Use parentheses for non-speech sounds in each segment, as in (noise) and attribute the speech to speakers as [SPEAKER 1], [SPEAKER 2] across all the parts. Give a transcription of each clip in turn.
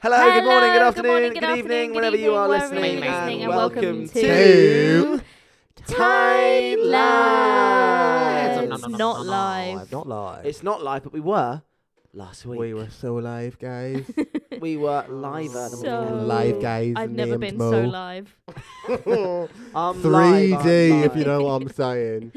[SPEAKER 1] Hello, good morning, good
[SPEAKER 2] Hello,
[SPEAKER 1] afternoon, good,
[SPEAKER 2] morning, good
[SPEAKER 1] evening,
[SPEAKER 2] afternoon, good
[SPEAKER 1] whenever you
[SPEAKER 2] evening,
[SPEAKER 1] are
[SPEAKER 2] wherever
[SPEAKER 1] listening,
[SPEAKER 2] you're listening,
[SPEAKER 1] and
[SPEAKER 2] and
[SPEAKER 1] welcome
[SPEAKER 2] welcome
[SPEAKER 1] to
[SPEAKER 2] to
[SPEAKER 1] Tide
[SPEAKER 2] Live.
[SPEAKER 1] Lives.
[SPEAKER 2] It's not live.
[SPEAKER 3] Not live.
[SPEAKER 1] It's not live, but we were last week.
[SPEAKER 3] we were so live, guys.
[SPEAKER 1] (laughs) we were live. at the
[SPEAKER 2] So-
[SPEAKER 3] live, guys.
[SPEAKER 2] I've never
[SPEAKER 3] named
[SPEAKER 2] been
[SPEAKER 3] Mo.
[SPEAKER 2] so live.
[SPEAKER 1] (laughs)
[SPEAKER 3] live.
[SPEAKER 1] I'm
[SPEAKER 3] (laughs)
[SPEAKER 1] live, I'm
[SPEAKER 3] 3D, if
[SPEAKER 1] live.
[SPEAKER 3] you
[SPEAKER 1] (laughs)
[SPEAKER 3] know what I'm saying.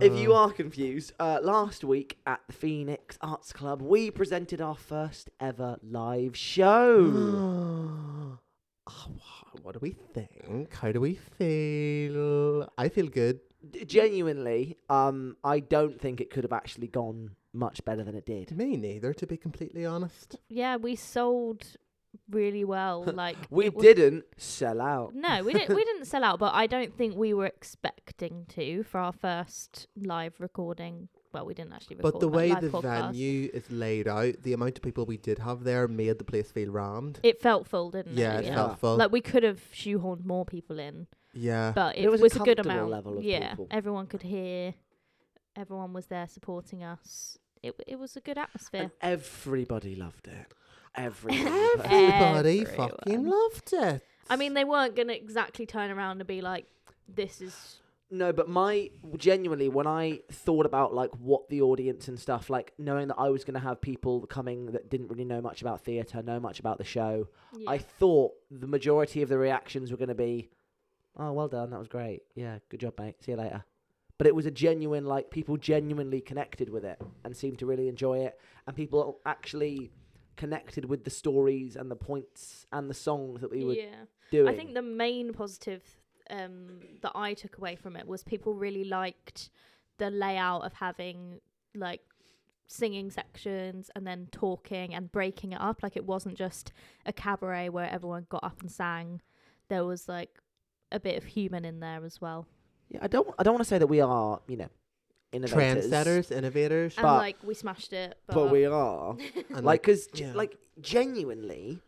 [SPEAKER 1] If you
[SPEAKER 3] (sighs)
[SPEAKER 1] are confused, uh, last week at the Phoenix Arts Club, we presented our first ever live
[SPEAKER 3] (gasps)
[SPEAKER 1] show.
[SPEAKER 3] Oh, wha- what do we think? How do we feel? I feel good.
[SPEAKER 1] D- Genuinely, um, I don't think it could have actually gone much better than it did.
[SPEAKER 3] Me neither, to be completely honest.
[SPEAKER 2] Yeah, we sold really well. Like
[SPEAKER 1] We
[SPEAKER 2] it was-
[SPEAKER 1] didn't sell out.
[SPEAKER 2] No,
[SPEAKER 1] (laughs)
[SPEAKER 2] we didn't. We didn't sell out, but I don't think we were expecting to for our first live recording. Well, we didn't actually record.
[SPEAKER 3] But the
[SPEAKER 2] like,
[SPEAKER 3] way
[SPEAKER 2] live
[SPEAKER 3] the
[SPEAKER 2] podcast.
[SPEAKER 3] venue is laid out, the amount of people we did have there made the place feel rammed.
[SPEAKER 2] it felt full, didn't
[SPEAKER 3] yeah,
[SPEAKER 2] it?
[SPEAKER 3] it's
[SPEAKER 1] yeah.
[SPEAKER 3] helpful.
[SPEAKER 2] Mm, Like we could have shoehorned more people in,
[SPEAKER 3] yeah.
[SPEAKER 2] but it,
[SPEAKER 1] was
[SPEAKER 2] was,
[SPEAKER 1] a
[SPEAKER 2] a good
[SPEAKER 1] comfortable
[SPEAKER 2] amount.
[SPEAKER 1] level of
[SPEAKER 2] yeah,
[SPEAKER 1] people.
[SPEAKER 2] everyone could hear. Everyone was there supporting us. It it was a good atmosphere.
[SPEAKER 1] And everybody loved it. Everyone.
[SPEAKER 3] Everybody
[SPEAKER 2] Everyone.
[SPEAKER 3] fucking loved it.
[SPEAKER 2] I mean, they weren't gonna exactly turn around and be like, "This is."
[SPEAKER 1] No, but my genuinely, when I thought about like what the audience and stuff, like knowing that I was going to have people coming that didn't really know much about theatre, know much about the show,
[SPEAKER 2] Yeah.
[SPEAKER 1] I thought the majority of the reactions were going to be, "Oh, well done, that was great. Yeah, good job, mate. See you later." But it was a genuine like people genuinely connected with it and seemed to really enjoy it, and people actually connected with the stories and the points and the songs that we were
[SPEAKER 2] yeah.
[SPEAKER 1] doing.
[SPEAKER 2] I think the main positive um, that I took away from it was people really liked the layout of having like singing sections and then talking and breaking it up. Like it wasn't just a cabaret where everyone got up and sang. There was like a bit of human in there as well.
[SPEAKER 1] yeah, I don't I don't want to say that we are you know innovators.
[SPEAKER 3] Trendsetters, innovators.
[SPEAKER 2] And
[SPEAKER 1] But-
[SPEAKER 2] like we smashed it. But,
[SPEAKER 1] but
[SPEAKER 2] (laughs)
[SPEAKER 1] we are
[SPEAKER 3] and
[SPEAKER 1] like because
[SPEAKER 3] yeah.
[SPEAKER 1] like genuinely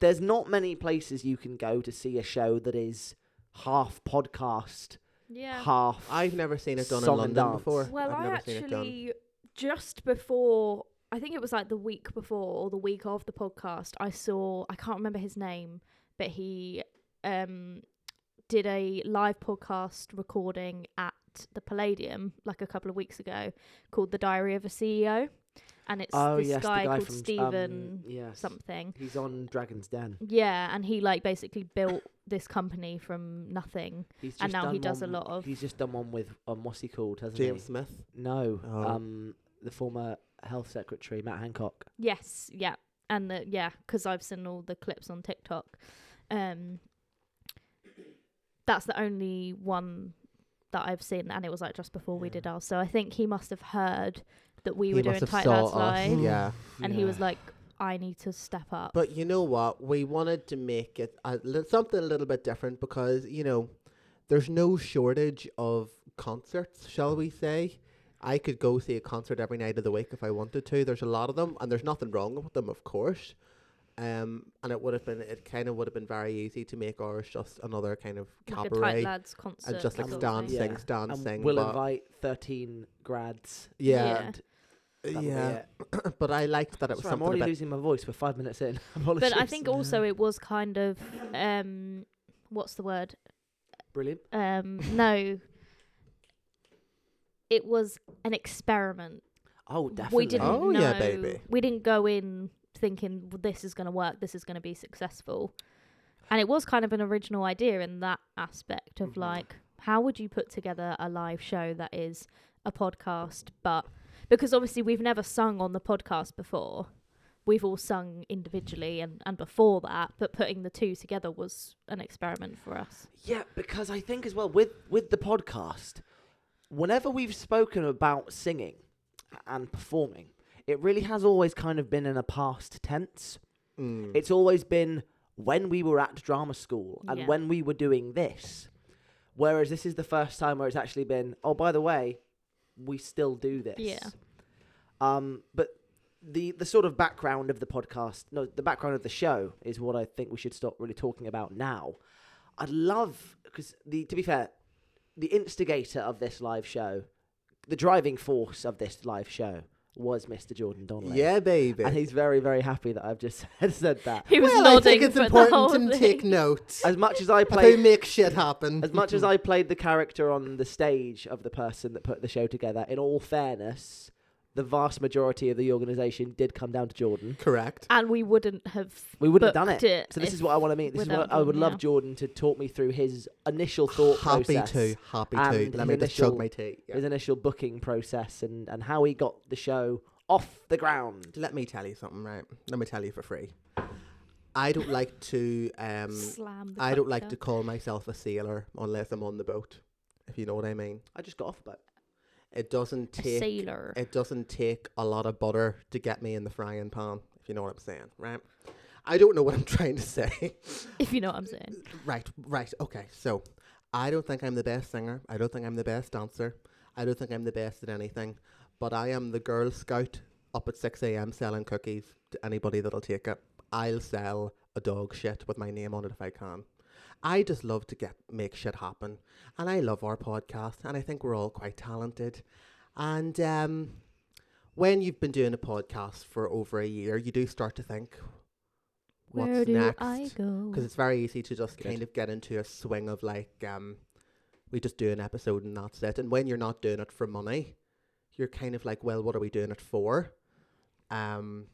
[SPEAKER 1] there's not many places you can go to see a show that is half podcast
[SPEAKER 2] yeah.
[SPEAKER 1] half
[SPEAKER 3] I've never seen it done in
[SPEAKER 1] Song and
[SPEAKER 3] London
[SPEAKER 1] dance.
[SPEAKER 3] before.
[SPEAKER 2] Well,
[SPEAKER 3] I've
[SPEAKER 2] I
[SPEAKER 3] never seen it done.
[SPEAKER 2] actually just before I think it was like the week before or the week of the podcast, I saw I can't remember his name, but he um did a live podcast recording at the Palladium like a couple of weeks ago called The Diary of a CEO. And it's
[SPEAKER 1] oh
[SPEAKER 2] this
[SPEAKER 1] yes
[SPEAKER 2] guy,
[SPEAKER 1] the guy
[SPEAKER 2] called
[SPEAKER 1] from um,
[SPEAKER 2] Stephen
[SPEAKER 1] yes.
[SPEAKER 2] something.
[SPEAKER 1] he's on dragon's den
[SPEAKER 2] Yeah, and he like basically built this company from nothing.
[SPEAKER 1] he's just
[SPEAKER 2] And now he
[SPEAKER 1] done
[SPEAKER 2] does a
[SPEAKER 1] one-
[SPEAKER 2] lot of-
[SPEAKER 1] he's just done one with um what's he called hasn't
[SPEAKER 3] James
[SPEAKER 1] he
[SPEAKER 3] Smith.
[SPEAKER 1] no
[SPEAKER 3] Oh.
[SPEAKER 1] um the former health secretary matt hancock
[SPEAKER 2] Yes, yeah, and the yeah, 'cause I've seen all the clips on TikTok. Um, that's the only one that I've seen, and it was like just before we
[SPEAKER 1] Yeah.
[SPEAKER 2] did ours. So I think he must have heard that we
[SPEAKER 3] He
[SPEAKER 2] were doing
[SPEAKER 3] must have
[SPEAKER 2] Tight
[SPEAKER 3] saw
[SPEAKER 2] Lads
[SPEAKER 3] us, Mm.
[SPEAKER 2] Live,
[SPEAKER 3] Yeah.
[SPEAKER 2] and he was like, "I need to step up."
[SPEAKER 3] But you know what? We wanted to make it a, li- something a little bit different because, you know, there's no shortage of concerts, shall we say. I could go see a concert every night of the week if I wanted to. There's a lot of them, and there's nothing wrong with them, of course. Um, and it would have been, it kind of would have been very easy to make ours just another kind of
[SPEAKER 2] like a Tight
[SPEAKER 3] cabaret
[SPEAKER 2] Lads uh, concert,
[SPEAKER 3] and just like
[SPEAKER 2] sort of
[SPEAKER 3] stand,
[SPEAKER 2] thing.
[SPEAKER 3] (laughs)
[SPEAKER 1] Yeah.
[SPEAKER 3] sing, stand,
[SPEAKER 1] and
[SPEAKER 3] sing.
[SPEAKER 1] we'll
[SPEAKER 3] but
[SPEAKER 1] invite 13 grads
[SPEAKER 3] Yeah.
[SPEAKER 2] Yeah.
[SPEAKER 1] that'll be
[SPEAKER 3] yeah,
[SPEAKER 1] it.
[SPEAKER 3] but I liked that it was
[SPEAKER 1] Sorry, i'm
[SPEAKER 3] something a
[SPEAKER 1] already
[SPEAKER 3] bit
[SPEAKER 1] losing my voice we're five minutes in (laughs)
[SPEAKER 2] But I
[SPEAKER 1] Apologies.
[SPEAKER 3] (laughs)
[SPEAKER 2] think also it was kind of um, what's the word?
[SPEAKER 1] brilliant
[SPEAKER 2] um
[SPEAKER 3] (laughs)
[SPEAKER 2] no it was an experiment
[SPEAKER 1] oh definitely
[SPEAKER 2] we didn't
[SPEAKER 3] Oh,
[SPEAKER 2] know
[SPEAKER 3] yeah, baby.
[SPEAKER 2] we didn't go in thinking "Well, this is going to work this is going to be successful and it was kind of an original idea in that aspect of
[SPEAKER 1] Mhm.
[SPEAKER 2] like how would you put together a live show that is a podcast but because obviously we've never sung on the podcast before we've all sung individually and, and before that but putting the two together was an experiment for us
[SPEAKER 1] Yeah, because I think as well with with the podcast, whenever we've spoken about singing and performing, it really has always kind of been in a past tense.
[SPEAKER 3] Mm.
[SPEAKER 1] It's always been when we were at drama school and
[SPEAKER 2] Yeah.
[SPEAKER 1] when we were doing this. Whereas this is the first time where it's actually been, oh by the way, we still do this.
[SPEAKER 2] Yeah.
[SPEAKER 1] Um but the the sort of background of the podcast, no, the background of the show is what I think we should stop really talking about now. I'd love because the to be fair, the instigator of this live show, the driving force of this live show was Mr. Jordan Donnelly.
[SPEAKER 3] Yeah, baby.
[SPEAKER 1] And he's very, very happy that I've just (laughs) said, said that.
[SPEAKER 2] He was
[SPEAKER 3] well, I
[SPEAKER 2] nodding
[SPEAKER 3] think it's
[SPEAKER 2] for the whole
[SPEAKER 3] important to
[SPEAKER 2] thing.
[SPEAKER 3] take note
[SPEAKER 1] As much
[SPEAKER 3] (laughs)
[SPEAKER 1] as I
[SPEAKER 3] of who
[SPEAKER 1] played,
[SPEAKER 3] makes shit happen.
[SPEAKER 1] as much as I played the character on the stage of the person that put the show together, in all fairness, the vast majority of the organisation did come down to Jordan.
[SPEAKER 3] Correct.
[SPEAKER 2] and we wouldn't have.
[SPEAKER 1] We wouldn't have done
[SPEAKER 2] booked
[SPEAKER 1] it. So this
[SPEAKER 2] if-
[SPEAKER 1] is what I want to mean. This is
[SPEAKER 2] without
[SPEAKER 1] what I would
[SPEAKER 2] him,
[SPEAKER 1] love
[SPEAKER 2] yeah.
[SPEAKER 1] Jordan to talk me through his initial thought
[SPEAKER 3] happy
[SPEAKER 1] process.
[SPEAKER 3] to, happy
[SPEAKER 1] and
[SPEAKER 3] to. Let me
[SPEAKER 1] his
[SPEAKER 3] just chug
[SPEAKER 1] initial-
[SPEAKER 3] my tea. Yeah.
[SPEAKER 1] his initial booking process and, and how he got the show off the ground.
[SPEAKER 3] Let me tell you something, right? Let me tell you for free. I don't like to. Um,
[SPEAKER 2] Slam. The
[SPEAKER 3] I don't like to
[SPEAKER 2] cocktail.
[SPEAKER 3] call myself a sailor unless I'm on the boat. If you know what I mean.
[SPEAKER 1] I just got off about
[SPEAKER 3] It doesn't
[SPEAKER 2] A
[SPEAKER 3] take.
[SPEAKER 2] sailor.
[SPEAKER 3] It doesn't take a lot of butter to get me in the frying pan. If you know what I'm saying, right? I don't know what I'm (laughs) trying to say.
[SPEAKER 2] (laughs) if you know what I'm saying.
[SPEAKER 3] Right, right. Okay, so I don't think I'm the best singer. I don't think I'm the best dancer. I don't think I'm the best at anything. But I am the Girl Scout up at 6 a.m. selling cookies to anybody that'll take it. I'll sell a dog shit with my name on it if I can. I just love to get make shit happen, and I love our podcast, and I think we're all quite talented. And um, when you've been doing a podcast for over a year, you do start to think, "What's
[SPEAKER 2] Where do
[SPEAKER 3] next?"
[SPEAKER 2] I go?
[SPEAKER 3] because it's very easy to just
[SPEAKER 1] Good.
[SPEAKER 3] kind of get into a swing of like um we just do an episode and that's it and when you're not doing it for money you're kind of like well what are we doing it for um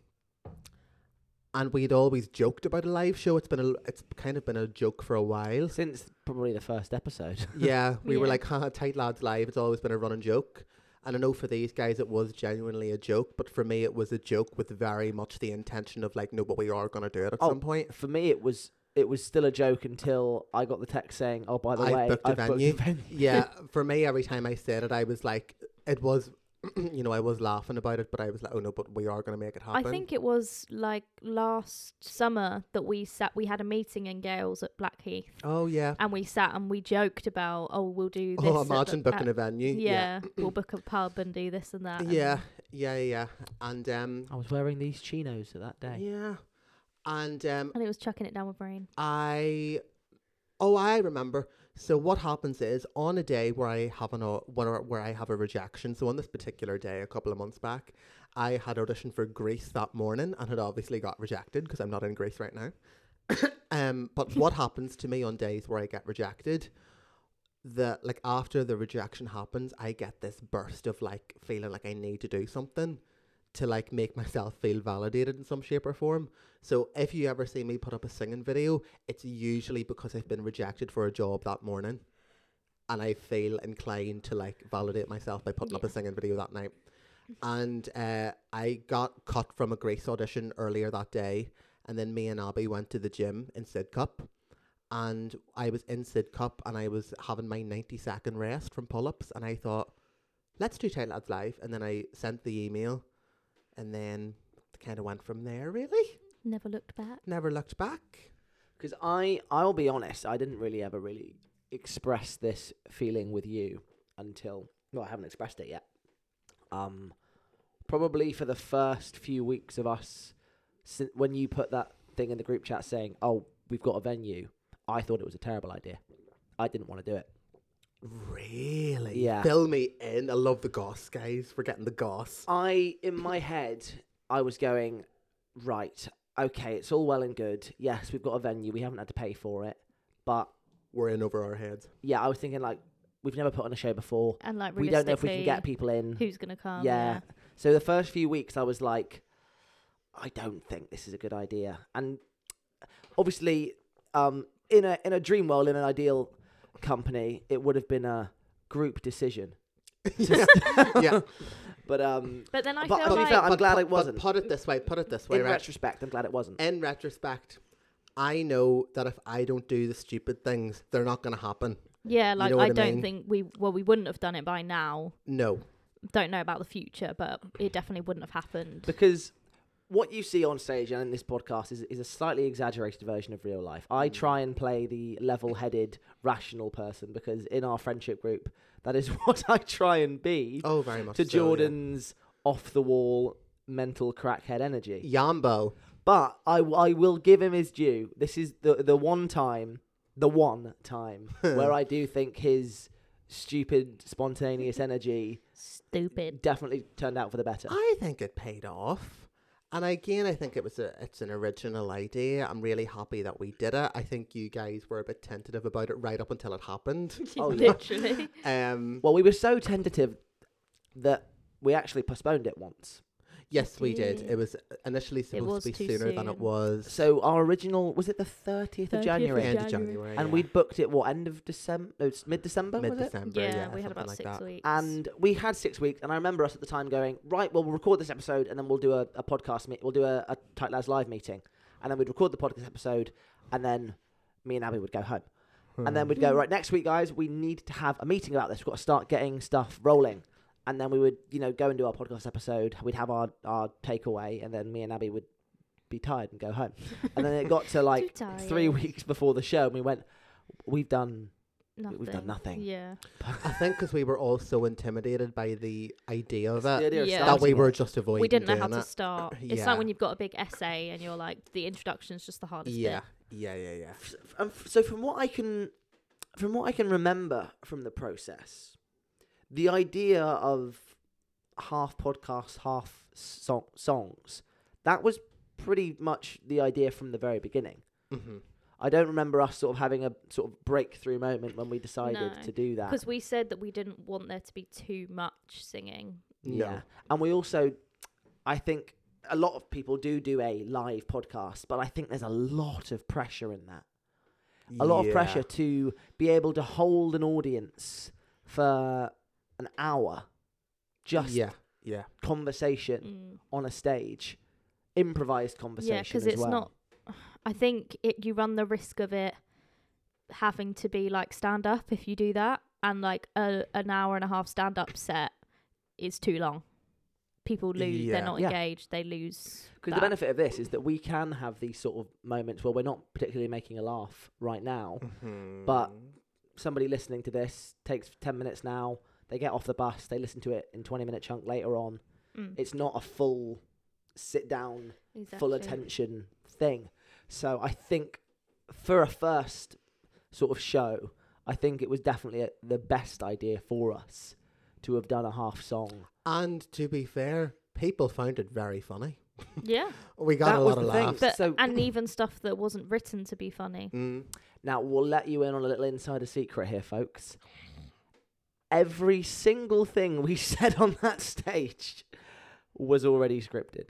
[SPEAKER 3] and we'd always joked about a live show it's been a l- it's kind of been a joke for a
[SPEAKER 1] (laughs)
[SPEAKER 3] while
[SPEAKER 1] since probably the first episode. (laughs)
[SPEAKER 3] yeah we were
[SPEAKER 2] Yeah.
[SPEAKER 3] like haha tight lads live it's always been a running joke and I know for these guys it was genuinely a joke, but for me it was a joke with very much the intention of like, no, but we are gonna do it at
[SPEAKER 1] Oh,
[SPEAKER 3] some point.
[SPEAKER 1] For me, it was it was still a joke until I got the text saying, "Oh, by the
[SPEAKER 3] I've
[SPEAKER 1] way,
[SPEAKER 3] booked a
[SPEAKER 1] I've booked
[SPEAKER 3] venue."
[SPEAKER 1] a venue."
[SPEAKER 2] (laughs)
[SPEAKER 3] yeah, for me, every time I said it, I was like, it was, (clears throat) you know, I was laughing about it, but I was like, oh no, but we are going to make it
[SPEAKER 2] I
[SPEAKER 3] happen.
[SPEAKER 2] think it was like last summer that we sat. We had a meeting in Gales at Blackheath,
[SPEAKER 3] Oh yeah.
[SPEAKER 2] and we sat and we joked about, oh, we'll do this.
[SPEAKER 3] Oh,
[SPEAKER 2] at the-
[SPEAKER 3] imagine booking
[SPEAKER 2] at-
[SPEAKER 3] a venue. Yeah. (clears throat)
[SPEAKER 2] Yeah, um, we'll book a pub and do this and that.
[SPEAKER 3] Yeah.
[SPEAKER 2] and-
[SPEAKER 3] Yeah. Yeah. yeah. And um,
[SPEAKER 1] I was wearing these chinos at that day.
[SPEAKER 3] yeah, and um,
[SPEAKER 2] and it was chucking it down my brain.
[SPEAKER 3] I, oh, I remember. So what happens is on a day where I have an au- where where I have a rejection. So on this particular day, a couple of months back, I had auditioned for Greece that morning and had obviously got rejected because I'm not in Greece right now. (coughs) um, but what happens to me on days where I get rejected? The like after the rejection happens, I get this burst of like feeling like I need to do something to like make myself feel validated in some shape or form. So if you ever see me put up a singing video, it's usually because I've been rejected for a job that morning and I feel inclined to like validate myself by putting up a
[SPEAKER 2] Yeah.
[SPEAKER 3] singing video that night. And uh, I got cut from a Grace audition earlier that day, and then me and Abby went to the gym in Sidcup, and I was in Sidcup and I was having my ninety second rest from pull ups, and I thought, let's do Tight Lads live, and then I sent the email, and then kind of went from there. Really,
[SPEAKER 2] Never looked back.
[SPEAKER 3] never looked back.
[SPEAKER 1] Because I I'll be honest, I didn't really ever really express this feeling with you until well, I haven't expressed it yet. Um, probably for the first few weeks of us, sin- when you put that thing in the group chat saying, "Oh, we've got a venue," I thought it was a terrible idea. I didn't want to do it.
[SPEAKER 3] Really,
[SPEAKER 1] Yeah.
[SPEAKER 3] Fill me in. I love the goss, guys. We're getting the goss.
[SPEAKER 1] I, in my head, I was going, right, okay, it's all well and good. Yes, we've got a venue, we haven't had to pay for it. But
[SPEAKER 3] We're in over our heads.
[SPEAKER 1] (laughs)
[SPEAKER 3] (laughs)
[SPEAKER 1] yeah, I was thinking, like, we've never put on a show before.
[SPEAKER 2] And like,
[SPEAKER 1] We don't know if we can get
[SPEAKER 2] realistically,
[SPEAKER 1] people in.
[SPEAKER 2] Who's gonna come?
[SPEAKER 1] yeah.
[SPEAKER 3] (laughs)
[SPEAKER 1] So the first few weeks, I was like, I don't think this is a good idea. And obviously, um, in a in a dream world, in an ideal company, it would have been a group decision.
[SPEAKER 3] yeah. yeah.
[SPEAKER 1] (laughs) But um,
[SPEAKER 2] (laughs) But then I
[SPEAKER 1] But-
[SPEAKER 2] feel
[SPEAKER 1] but we
[SPEAKER 2] like
[SPEAKER 1] felt- I'm glad
[SPEAKER 3] put-
[SPEAKER 1] it wasn't.
[SPEAKER 3] But put it this way. Put it this way.
[SPEAKER 1] in
[SPEAKER 3] right.
[SPEAKER 1] retrospect, I'm glad it wasn't.
[SPEAKER 3] in retrospect, I know that if I don't do the stupid things, they're not going to happen.
[SPEAKER 2] yeah, like
[SPEAKER 3] know what
[SPEAKER 2] I
[SPEAKER 3] I
[SPEAKER 2] don't
[SPEAKER 3] mean?
[SPEAKER 2] think we well we wouldn't have done it by now.
[SPEAKER 3] No.
[SPEAKER 2] Don't know about the future, but it definitely wouldn't have happened.
[SPEAKER 1] because what you see on stage and in this podcast is, is a slightly exaggerated version of real life.
[SPEAKER 3] Hmm.
[SPEAKER 1] I try and play the level headed, rational person because in our friendship group, that is (laughs) what I try and be
[SPEAKER 3] Oh,
[SPEAKER 1] (laughs)
[SPEAKER 3] very much.
[SPEAKER 1] to
[SPEAKER 3] so, yeah.
[SPEAKER 1] Jordan's off the wall mental crackhead energy.
[SPEAKER 3] Yambo.
[SPEAKER 1] But I, I will give him his due.
[SPEAKER 3] (laughs)
[SPEAKER 1] This is the, the one time, the one time where I do think his stupid, spontaneous energy
[SPEAKER 2] Stupid.
[SPEAKER 1] definitely turned out for the better.
[SPEAKER 3] I think it paid off. And again, I think it was a, it's an original idea. I'm really happy that we did it. I think you guys were a bit tentative about it right up until it
[SPEAKER 2] (laughs)
[SPEAKER 3] happened.
[SPEAKER 1] (laughs) Oh, yeah. (laughs)
[SPEAKER 2] Literally.
[SPEAKER 3] Um,
[SPEAKER 1] Well, we were so tentative that we actually postponed it once.
[SPEAKER 3] yes, we did.
[SPEAKER 2] did.
[SPEAKER 3] It was initially supposed
[SPEAKER 2] was
[SPEAKER 3] to be
[SPEAKER 2] too
[SPEAKER 3] sooner than it
[SPEAKER 2] soon.
[SPEAKER 3] was.
[SPEAKER 1] So our original was it the thirtieth
[SPEAKER 2] 30th
[SPEAKER 1] of
[SPEAKER 2] of
[SPEAKER 1] January,
[SPEAKER 3] end
[SPEAKER 2] January.
[SPEAKER 3] of January,
[SPEAKER 1] and
[SPEAKER 3] yeah.
[SPEAKER 1] we booked it what end of December? No, mid December was it?
[SPEAKER 3] mid-December,
[SPEAKER 2] yeah,
[SPEAKER 3] yeah,
[SPEAKER 2] we had
[SPEAKER 3] something
[SPEAKER 2] about
[SPEAKER 3] like
[SPEAKER 2] six
[SPEAKER 3] that.
[SPEAKER 2] weeks.
[SPEAKER 1] And we had six weeks, and I remember us at the time going, right, well, we'll record this episode, and then we'll do a, a podcast meet, we'll do a, a Tight Lads live meeting, and then we'd record the podcast episode, and then me and Abby would go home,
[SPEAKER 3] Hmm.
[SPEAKER 1] and then
[SPEAKER 2] Hmm.
[SPEAKER 1] we'd go right next week, guys, we need to have a meeting about this. We've got to start getting stuff rolling, and then we would, you know, go and do our podcast episode. We'd have our our takeaway, and then me and Abby would be tired and go home,
[SPEAKER 2] (laughs)
[SPEAKER 1] and then it got to like
[SPEAKER 2] Too
[SPEAKER 1] three
[SPEAKER 2] tired.
[SPEAKER 1] weeks before the show, and we went, we've done
[SPEAKER 2] nothing.
[SPEAKER 1] we've done nothing.
[SPEAKER 2] Yeah.
[SPEAKER 3] I think because we were all so intimidated by the idea of
[SPEAKER 1] (laughs) the
[SPEAKER 3] it
[SPEAKER 1] idea of
[SPEAKER 2] Yeah.
[SPEAKER 1] starting
[SPEAKER 3] that we were
[SPEAKER 1] it.
[SPEAKER 3] just avoiding.
[SPEAKER 2] we didn't know how to
[SPEAKER 3] doing it. (laughs)
[SPEAKER 2] start. It's
[SPEAKER 3] Yeah.
[SPEAKER 2] like when you've got a big essay and you're like, the introduction's just the hardest
[SPEAKER 3] Yeah,
[SPEAKER 2] bit.
[SPEAKER 3] yeah, yeah, yeah.
[SPEAKER 1] F- um, f- so from what I can from what I can remember from the process, the idea of half podcasts, half song- songs, that was pretty much the idea from the very beginning.
[SPEAKER 3] Mm-hmm.
[SPEAKER 1] I don't remember us sort of having a sort of breakthrough moment when we decided
[SPEAKER 2] No,
[SPEAKER 1] to do that.
[SPEAKER 2] Because we said that we didn't want there to be too much singing.
[SPEAKER 1] Yeah. And we also, I think a lot of people do do a live podcast, but I think there's a lot of pressure in that. a lot of pressure to be able to hold an audience for an hour just
[SPEAKER 3] yeah, yeah.
[SPEAKER 1] conversation
[SPEAKER 2] Mm.
[SPEAKER 1] on a stage improvised conversation
[SPEAKER 2] Yeah, because
[SPEAKER 1] as
[SPEAKER 2] it's
[SPEAKER 1] well.
[SPEAKER 2] not. (sighs) I think it, you run the risk of it having to be like stand up if you do that, and like a, an hour and a half stand up set is too long. People lose;
[SPEAKER 3] Yeah.
[SPEAKER 2] they're not
[SPEAKER 1] Yeah.
[SPEAKER 2] engaged. They lose.
[SPEAKER 1] because
[SPEAKER 2] that.
[SPEAKER 1] the benefit of this is that we can have these sort of moments where we're not particularly making a laugh right now
[SPEAKER 3] Mm-hmm.
[SPEAKER 1] But- somebody listening to this takes 10 minutes now they get off the bus they listen to it in 20 minute chunk later on
[SPEAKER 2] Mm,
[SPEAKER 1] it's not a full sit down full
[SPEAKER 2] exactly.
[SPEAKER 1] attention thing. So I think for a first sort of show, I think it was definitely a, the best idea for us to have done a half song.
[SPEAKER 3] and to be fair, people found it very funny.
[SPEAKER 1] (laughs)
[SPEAKER 2] Yeah,
[SPEAKER 3] We got
[SPEAKER 1] That
[SPEAKER 3] a
[SPEAKER 1] was
[SPEAKER 3] lot of
[SPEAKER 1] the thing.
[SPEAKER 3] laughs.
[SPEAKER 2] but
[SPEAKER 1] So-
[SPEAKER 2] and even stuff that wasn't written to be funny.
[SPEAKER 3] Mm.
[SPEAKER 1] Now we'll let you in on a little insider secret here, folks. Every single thing we (laughs) said on that stage was already scripted.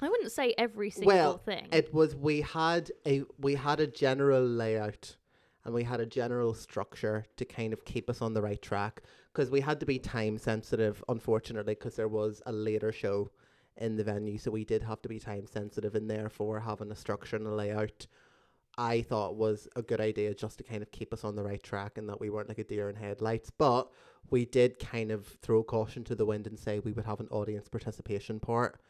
[SPEAKER 2] I wouldn't say every single
[SPEAKER 3] Well,
[SPEAKER 2] thing.
[SPEAKER 3] It was we had a we had a general layout and we had a general structure to kind of keep us on the right track because we had to be time sensitive unfortunately because there was a later show in the venue so we did have to be time sensitive and therefore having a structure and a layout I thought was a good idea just to kind of keep us on the right track and that we weren't like a deer in headlights but we did kind of throw caution to the wind and say we would have an audience participation part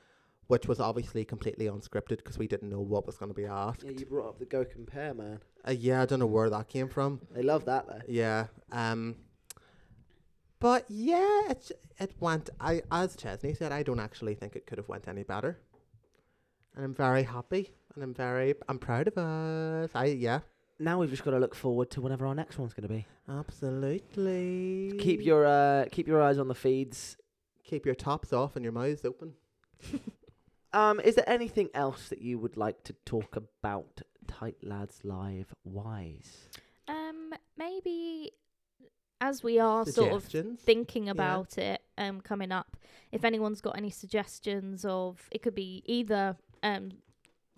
[SPEAKER 3] which was obviously completely unscripted because we didn't know what was going to be asked.
[SPEAKER 1] brought up the go compare, man.
[SPEAKER 3] Uh, yeah, I don't know where that came from.
[SPEAKER 1] They love that though.
[SPEAKER 3] Yeah. Um. But yeah, it it went. I as Chesney said, I don't actually think it could have went any better. And I'm very happy, and I'm very, I'm proud of us. I yeah,
[SPEAKER 1] Now we've just got to look forward to whenever our next one's going to be.
[SPEAKER 3] absolutely.
[SPEAKER 1] Keep your uh, keep your eyes on the feeds.
[SPEAKER 3] keep your tops off and your mouths open.
[SPEAKER 1] Um, is there anything else that you would like to talk about, Tight Lads Live wise?
[SPEAKER 2] um, maybe as we are sort of
[SPEAKER 3] Suggestions.
[SPEAKER 2] thinking about it um coming up if anyone's got any suggestions of it could be either um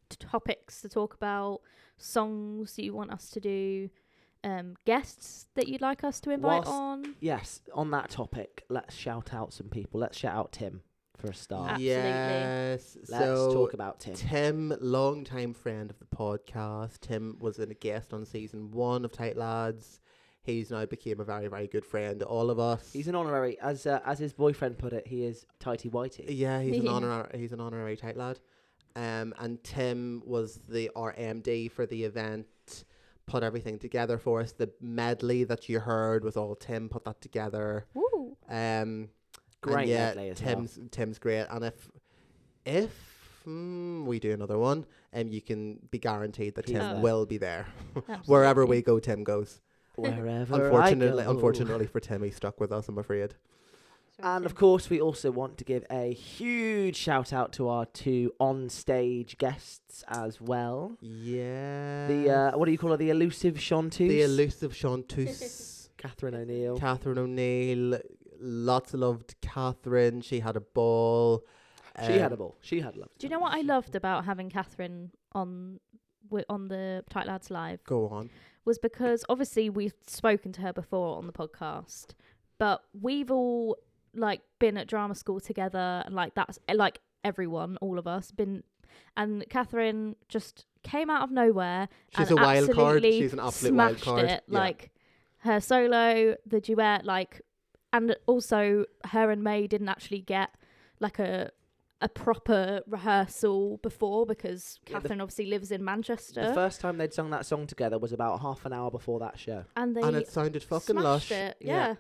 [SPEAKER 2] t- topics to talk about songs that you want us to do um guests that you'd like us to invite
[SPEAKER 1] Whilst-
[SPEAKER 2] on
[SPEAKER 1] Yes, on that topic, let's shout out some people. Let's shout out Tim for a start.
[SPEAKER 2] Absolutely.
[SPEAKER 3] Yes.
[SPEAKER 1] let's
[SPEAKER 3] so
[SPEAKER 1] talk about Tim.
[SPEAKER 3] Tim, longtime friend of the podcast. Tim was a guest on season one of Tight Lads. He's now became a very, very good friend to all of us.
[SPEAKER 1] He's an honorary, as uh, as his boyfriend put it, he is tighty whitey.
[SPEAKER 3] yeah,
[SPEAKER 2] (laughs)
[SPEAKER 3] he's an
[SPEAKER 2] Yeah.
[SPEAKER 3] honorary he's an honorary tight lad. Um and Tim was the RMD for the event, put everything together for us. The medley that you heard was all Tim put that together.
[SPEAKER 2] Woo.
[SPEAKER 3] Um And
[SPEAKER 1] Great
[SPEAKER 3] yeah,
[SPEAKER 1] medley as well.
[SPEAKER 3] Tim's Tim's great, and if if mm, we do another one, um, you can be guaranteed that
[SPEAKER 1] He's
[SPEAKER 3] Tim
[SPEAKER 2] there.
[SPEAKER 3] will be there wherever we
[SPEAKER 2] Absolutely.
[SPEAKER 3] go. Tim goes.
[SPEAKER 1] wherever.
[SPEAKER 3] Unfortunately,
[SPEAKER 1] I go.
[SPEAKER 3] unfortunately for Timmy, stuck with us. I'm afraid.
[SPEAKER 1] And of course, we also want to give a huge shout out to our two on-stage guests as well.
[SPEAKER 3] Yeah.
[SPEAKER 1] The uh, what do you call her? The elusive Chantus,
[SPEAKER 3] the elusive Chanteuse,
[SPEAKER 1] Catherine O'Neill.
[SPEAKER 3] (laughs) Catherine O'Neill. Lots loved Catherine. She had a ball.
[SPEAKER 1] she
[SPEAKER 3] Um,
[SPEAKER 1] had a ball. She had love.
[SPEAKER 2] Do you know what I loved about having Catherine on wi- on the Tight Lads live
[SPEAKER 3] Go on.
[SPEAKER 2] was because obviously we've spoken to her before on the podcast, but we've all like been at drama school together, and like that's eh, like everyone, all of us been, and Catherine just came out of nowhere.
[SPEAKER 3] She's
[SPEAKER 2] and
[SPEAKER 3] a wild card.
[SPEAKER 2] absolutely
[SPEAKER 3] She's an absolute wild
[SPEAKER 2] smashed
[SPEAKER 3] card.
[SPEAKER 2] It,
[SPEAKER 3] Yeah.
[SPEAKER 2] Like her solo, the duet, like, and also her and May didn't actually get like a a proper rehearsal before because
[SPEAKER 1] Yeah, the-
[SPEAKER 2] Catherine obviously lives in
[SPEAKER 1] The
[SPEAKER 2] Manchester,
[SPEAKER 1] first time they'd sung that song together was about half an hour before that show.
[SPEAKER 2] and they
[SPEAKER 3] and it sounded fucking
[SPEAKER 2] smashed
[SPEAKER 3] lush.
[SPEAKER 2] It. Yeah.
[SPEAKER 3] Yeah.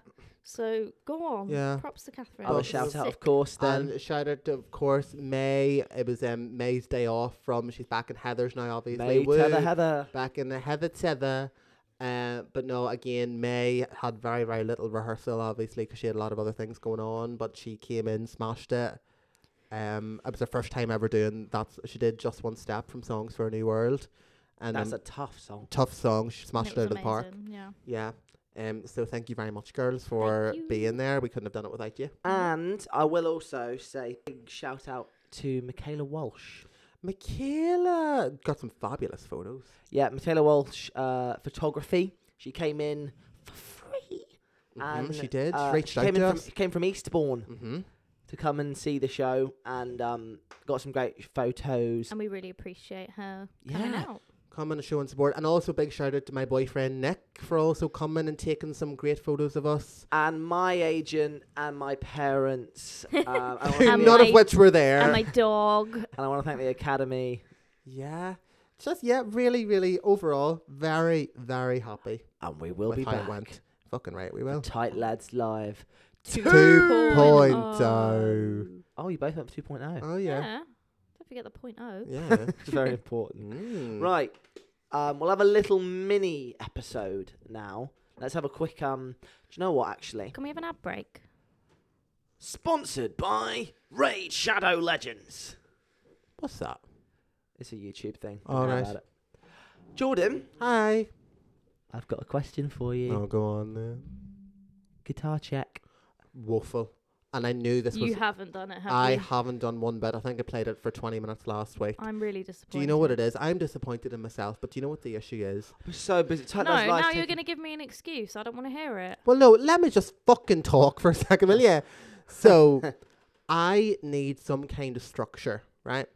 [SPEAKER 2] So go on.
[SPEAKER 3] Yeah.
[SPEAKER 2] Props to Catherine.
[SPEAKER 1] Other
[SPEAKER 3] Well,
[SPEAKER 1] shout out, of
[SPEAKER 2] Oh, Sick.
[SPEAKER 1] course, then.
[SPEAKER 3] And shout out to, of course, May. It was um, May's day off from. She's back in Heather's now, obviously.
[SPEAKER 1] May,
[SPEAKER 3] Woo.
[SPEAKER 1] Tether, Heather.
[SPEAKER 3] Back in the Heather Tether. Uh, but no, again, May had very, very little rehearsal, obviously, because she had a lot of other things going on. But she came in, smashed it. Um, it was her first time ever doing that. She did just one step from Songs for a New World, and
[SPEAKER 1] That's
[SPEAKER 3] that's
[SPEAKER 1] a tough song.
[SPEAKER 3] tough song. She
[SPEAKER 2] And
[SPEAKER 3] smashed it out of the park.
[SPEAKER 2] amazing, Yeah.
[SPEAKER 3] Yeah. Um. So thank you very much, girls, for
[SPEAKER 2] you.
[SPEAKER 3] being there. We couldn't have done it without you.
[SPEAKER 1] And I will also say big shout out to Michaela Walsh.
[SPEAKER 3] Michaela got some fabulous photos.
[SPEAKER 1] Yeah, Michaela Walsh, uh, photography. She came in for free.
[SPEAKER 3] Mhm,
[SPEAKER 1] And,
[SPEAKER 3] she did.
[SPEAKER 1] uh,
[SPEAKER 3] Reached
[SPEAKER 1] she
[SPEAKER 3] out
[SPEAKER 1] came
[SPEAKER 3] to
[SPEAKER 1] in
[SPEAKER 3] us.
[SPEAKER 1] From, came from Eastbourne
[SPEAKER 3] Mm-hmm.
[SPEAKER 1] to come and see the show and um, got some great photos.
[SPEAKER 2] And we really appreciate her coming
[SPEAKER 1] Yeah.
[SPEAKER 2] out.
[SPEAKER 3] Coming and showing support, and also big shout out to my boyfriend Nick for also coming and taking some great photos of us.
[SPEAKER 1] And my agent and my parents. um, and I
[SPEAKER 3] (laughs)
[SPEAKER 1] wanna
[SPEAKER 2] And
[SPEAKER 1] thank-
[SPEAKER 3] None
[SPEAKER 2] my-
[SPEAKER 3] of which were there.
[SPEAKER 2] And my dog.
[SPEAKER 1] and I want to thank the Academy.
[SPEAKER 3] yeah, just yeah, really, really overall, very, very happy
[SPEAKER 1] And we will
[SPEAKER 3] with
[SPEAKER 1] be
[SPEAKER 3] how
[SPEAKER 1] back.
[SPEAKER 3] it went. Fucking right, we
[SPEAKER 1] for
[SPEAKER 3] will.
[SPEAKER 1] Tight Lads Live.
[SPEAKER 3] Two
[SPEAKER 2] Two
[SPEAKER 3] point
[SPEAKER 2] point
[SPEAKER 3] oh.
[SPEAKER 1] Oh, you both went for 2.0.
[SPEAKER 3] Oh
[SPEAKER 2] Yeah.
[SPEAKER 3] yeah,
[SPEAKER 2] Don't forget the point oh.
[SPEAKER 1] (laughs)
[SPEAKER 3] yeah. (laughs)
[SPEAKER 1] It's very important.
[SPEAKER 3] Mm.
[SPEAKER 1] Right. Um, we'll have a little mini episode now. Let's have a quick um do you know what actually?
[SPEAKER 2] Can we have an ad break?
[SPEAKER 1] Sponsored by Raid Shadow Legends.
[SPEAKER 3] What's that?
[SPEAKER 1] It's a YouTube thing.
[SPEAKER 3] All
[SPEAKER 1] Don't worry
[SPEAKER 3] right.
[SPEAKER 1] about it. Jordan,
[SPEAKER 3] Hi.
[SPEAKER 1] I've got a question for you.
[SPEAKER 3] Oh, go on then.
[SPEAKER 1] Guitar check.
[SPEAKER 3] Waffle. And I knew this
[SPEAKER 2] You
[SPEAKER 3] was.
[SPEAKER 2] haven't done it, have
[SPEAKER 3] I
[SPEAKER 2] you?
[SPEAKER 3] haven't done one bit. I think I played it for 20 minutes last week.
[SPEAKER 2] I'm really disappointed.
[SPEAKER 3] Do you know what it is? I'm disappointed in myself, but do you know what the issue is?
[SPEAKER 1] I'm so busy.
[SPEAKER 2] No,
[SPEAKER 1] Tight Lads
[SPEAKER 2] now
[SPEAKER 1] Live's
[SPEAKER 2] you're
[SPEAKER 1] taking-
[SPEAKER 2] going to give me an excuse. I don't want to hear it.
[SPEAKER 3] Well, no, let me just fucking talk for a second, will ya? So, I need some kind of structure, right?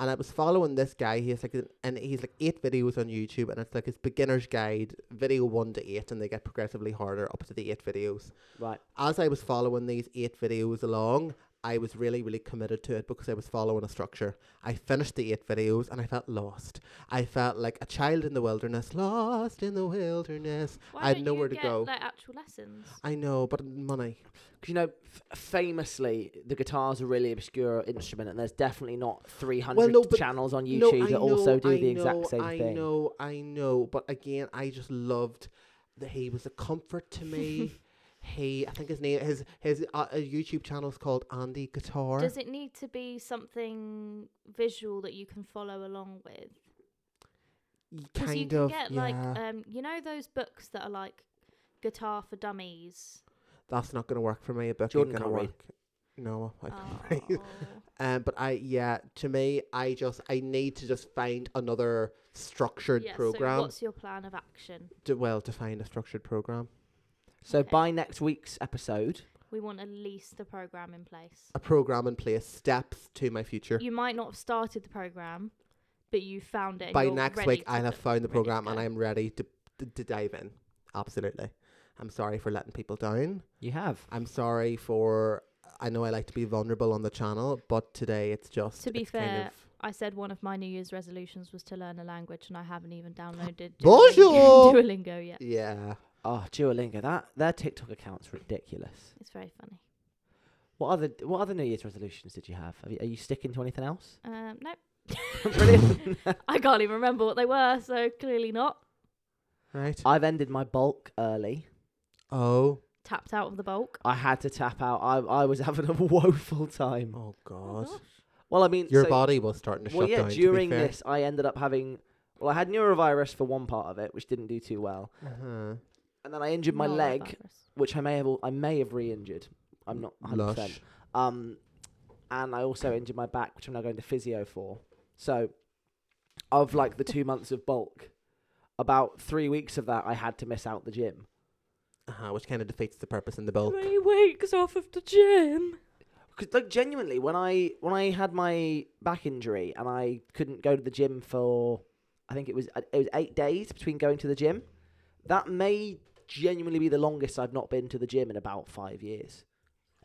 [SPEAKER 3] And I was following this guy. He's like, an- and he's like eight videos on YouTube, and it's like his beginner's guide, video one to eight, and they get progressively harder up to the eight videos.
[SPEAKER 1] Right.
[SPEAKER 3] As I was following these eight videos along, I was really, really committed to it because I was following a structure. I finished the eight videos and I felt lost. I felt like a child in the wilderness, lost in the wilderness.
[SPEAKER 2] Why
[SPEAKER 3] I had
[SPEAKER 2] don't
[SPEAKER 3] nowhere
[SPEAKER 2] you
[SPEAKER 3] to
[SPEAKER 2] get,
[SPEAKER 3] go.
[SPEAKER 2] Like actual lessons.
[SPEAKER 3] I know, but money.
[SPEAKER 1] 'Cause, you know, f- famously, the guitar's a really obscure instrument, and there's definitely not 300
[SPEAKER 3] no, but-
[SPEAKER 1] channels on
[SPEAKER 3] no,
[SPEAKER 1] YouTube
[SPEAKER 3] I
[SPEAKER 1] that also
[SPEAKER 3] know,
[SPEAKER 1] do
[SPEAKER 3] I
[SPEAKER 1] the
[SPEAKER 3] know,
[SPEAKER 1] exact same
[SPEAKER 3] I
[SPEAKER 1] thing.
[SPEAKER 3] know, I know. But again, I just loved that he was a comfort
[SPEAKER 1] (laughs)
[SPEAKER 3] to me. he, I think his name, his his uh, uh, YouTube channel is called Andy Guitar.
[SPEAKER 2] Does it need to be something visual that you can follow along with? Because
[SPEAKER 3] kind
[SPEAKER 2] you can
[SPEAKER 3] of,
[SPEAKER 2] get
[SPEAKER 3] yeah.
[SPEAKER 2] like um, you know those books that are like guitar for dummies.
[SPEAKER 3] that's not going to work for me. A book
[SPEAKER 1] Jordan
[SPEAKER 3] ain't going
[SPEAKER 1] can't
[SPEAKER 3] to
[SPEAKER 1] read.
[SPEAKER 3] work. No, I don't read.
[SPEAKER 2] Oh. (laughs)
[SPEAKER 3] Um, but I, yeah, to me, I just, I need to just find another structured
[SPEAKER 2] Yeah, So
[SPEAKER 3] program.
[SPEAKER 2] what's your plan of action?
[SPEAKER 3] to, well, to find a structured program,
[SPEAKER 1] So
[SPEAKER 2] Okay.
[SPEAKER 1] by next week's episode,
[SPEAKER 2] We want at least the program in place.
[SPEAKER 3] a program in place, steps to my future.
[SPEAKER 2] You might not have started the program, but you found it. and
[SPEAKER 3] By
[SPEAKER 2] you're
[SPEAKER 3] next
[SPEAKER 2] ready
[SPEAKER 3] week,
[SPEAKER 2] to
[SPEAKER 3] I'll have
[SPEAKER 2] go-
[SPEAKER 3] found
[SPEAKER 2] ready
[SPEAKER 3] the
[SPEAKER 2] to
[SPEAKER 3] program and
[SPEAKER 2] go.
[SPEAKER 3] I'm ready to, to to dive in. Absolutely. I'm sorry for letting people down.
[SPEAKER 1] you have.
[SPEAKER 3] I'm sorry for. I know I like to be vulnerable on the channel, but today it's just
[SPEAKER 2] To be
[SPEAKER 3] it's kind
[SPEAKER 2] fair,
[SPEAKER 3] of-
[SPEAKER 2] I said one of my New Year's resolutions was to learn a language, and I haven't even downloaded
[SPEAKER 3] (gasps) Bonjour.
[SPEAKER 2] Duolingo, (laughs) Duolingo yet.
[SPEAKER 3] yeah.
[SPEAKER 1] Oh, Duolingo, that their TikTok account's ridiculous.
[SPEAKER 2] It's very funny.
[SPEAKER 1] What other what other New Year's resolutions did you have? Are you, are you sticking to anything
[SPEAKER 3] (laughs)
[SPEAKER 1] else?
[SPEAKER 2] Um, no,
[SPEAKER 1] Brilliant.
[SPEAKER 2] I can't even remember what they were, so clearly not.
[SPEAKER 3] Right.
[SPEAKER 1] I've ended my bulk early.
[SPEAKER 3] Oh.
[SPEAKER 2] Tapped out of the bulk.
[SPEAKER 1] I had to tap out. I I was (laughs) having a woeful time.
[SPEAKER 3] Oh
[SPEAKER 2] Oh,
[SPEAKER 3] God.
[SPEAKER 2] gosh.
[SPEAKER 1] Well, I mean,
[SPEAKER 3] Your
[SPEAKER 1] so-
[SPEAKER 3] body was starting to
[SPEAKER 1] well,
[SPEAKER 3] shut
[SPEAKER 1] yeah.
[SPEAKER 3] down.
[SPEAKER 1] during
[SPEAKER 3] to be fair.
[SPEAKER 1] this, I ended up having. Well, I had neurovirus for one part of it, which didn't do too well,
[SPEAKER 3] Uh-huh.
[SPEAKER 1] and then I injured my
[SPEAKER 2] Norovirus.
[SPEAKER 1] leg, which I may have al- I may have re-injured. I'm not 100. percent
[SPEAKER 3] Lush.
[SPEAKER 1] Um, and I also injured my back, which I'm now going to physio for. So, of like the two months of bulk, about three weeks of that I had to miss out the gym.
[SPEAKER 3] Uh-huh, which kind of defeats the purpose in the bulk.
[SPEAKER 2] Three weeks off of the gym.
[SPEAKER 1] Because like genuinely, when I when I had my back injury and I couldn't go to the gym for, I think it was it was eight days between going to the gym. That may genuinely be the longest I've not been to the gym in about five years.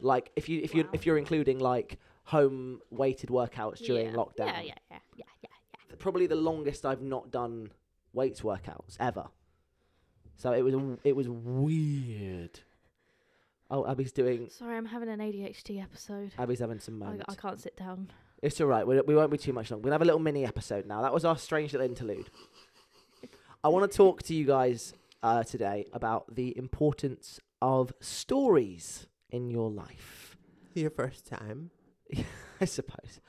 [SPEAKER 1] Like if you if you
[SPEAKER 2] Wow.
[SPEAKER 1] if you're including like home weighted workouts during
[SPEAKER 2] Yeah.
[SPEAKER 1] lockdown,
[SPEAKER 2] Yeah, yeah, yeah, yeah, yeah.
[SPEAKER 1] th- probably the longest I've not done weights workouts ever. So it was a- it was weird. Oh, Abby's doing.
[SPEAKER 2] Sorry, I'm having an ADHD episode.
[SPEAKER 1] Abby's having some
[SPEAKER 2] I,
[SPEAKER 1] moments.
[SPEAKER 2] I can't sit down.
[SPEAKER 1] It's all right. We, we won't be too much longer. We'll have a little mini episode now. That was our strange little interlude. I want to talk to you guys uh, today about the importance of stories in your life. (laughs)
[SPEAKER 3] Your first time.
[SPEAKER 1] I suppose.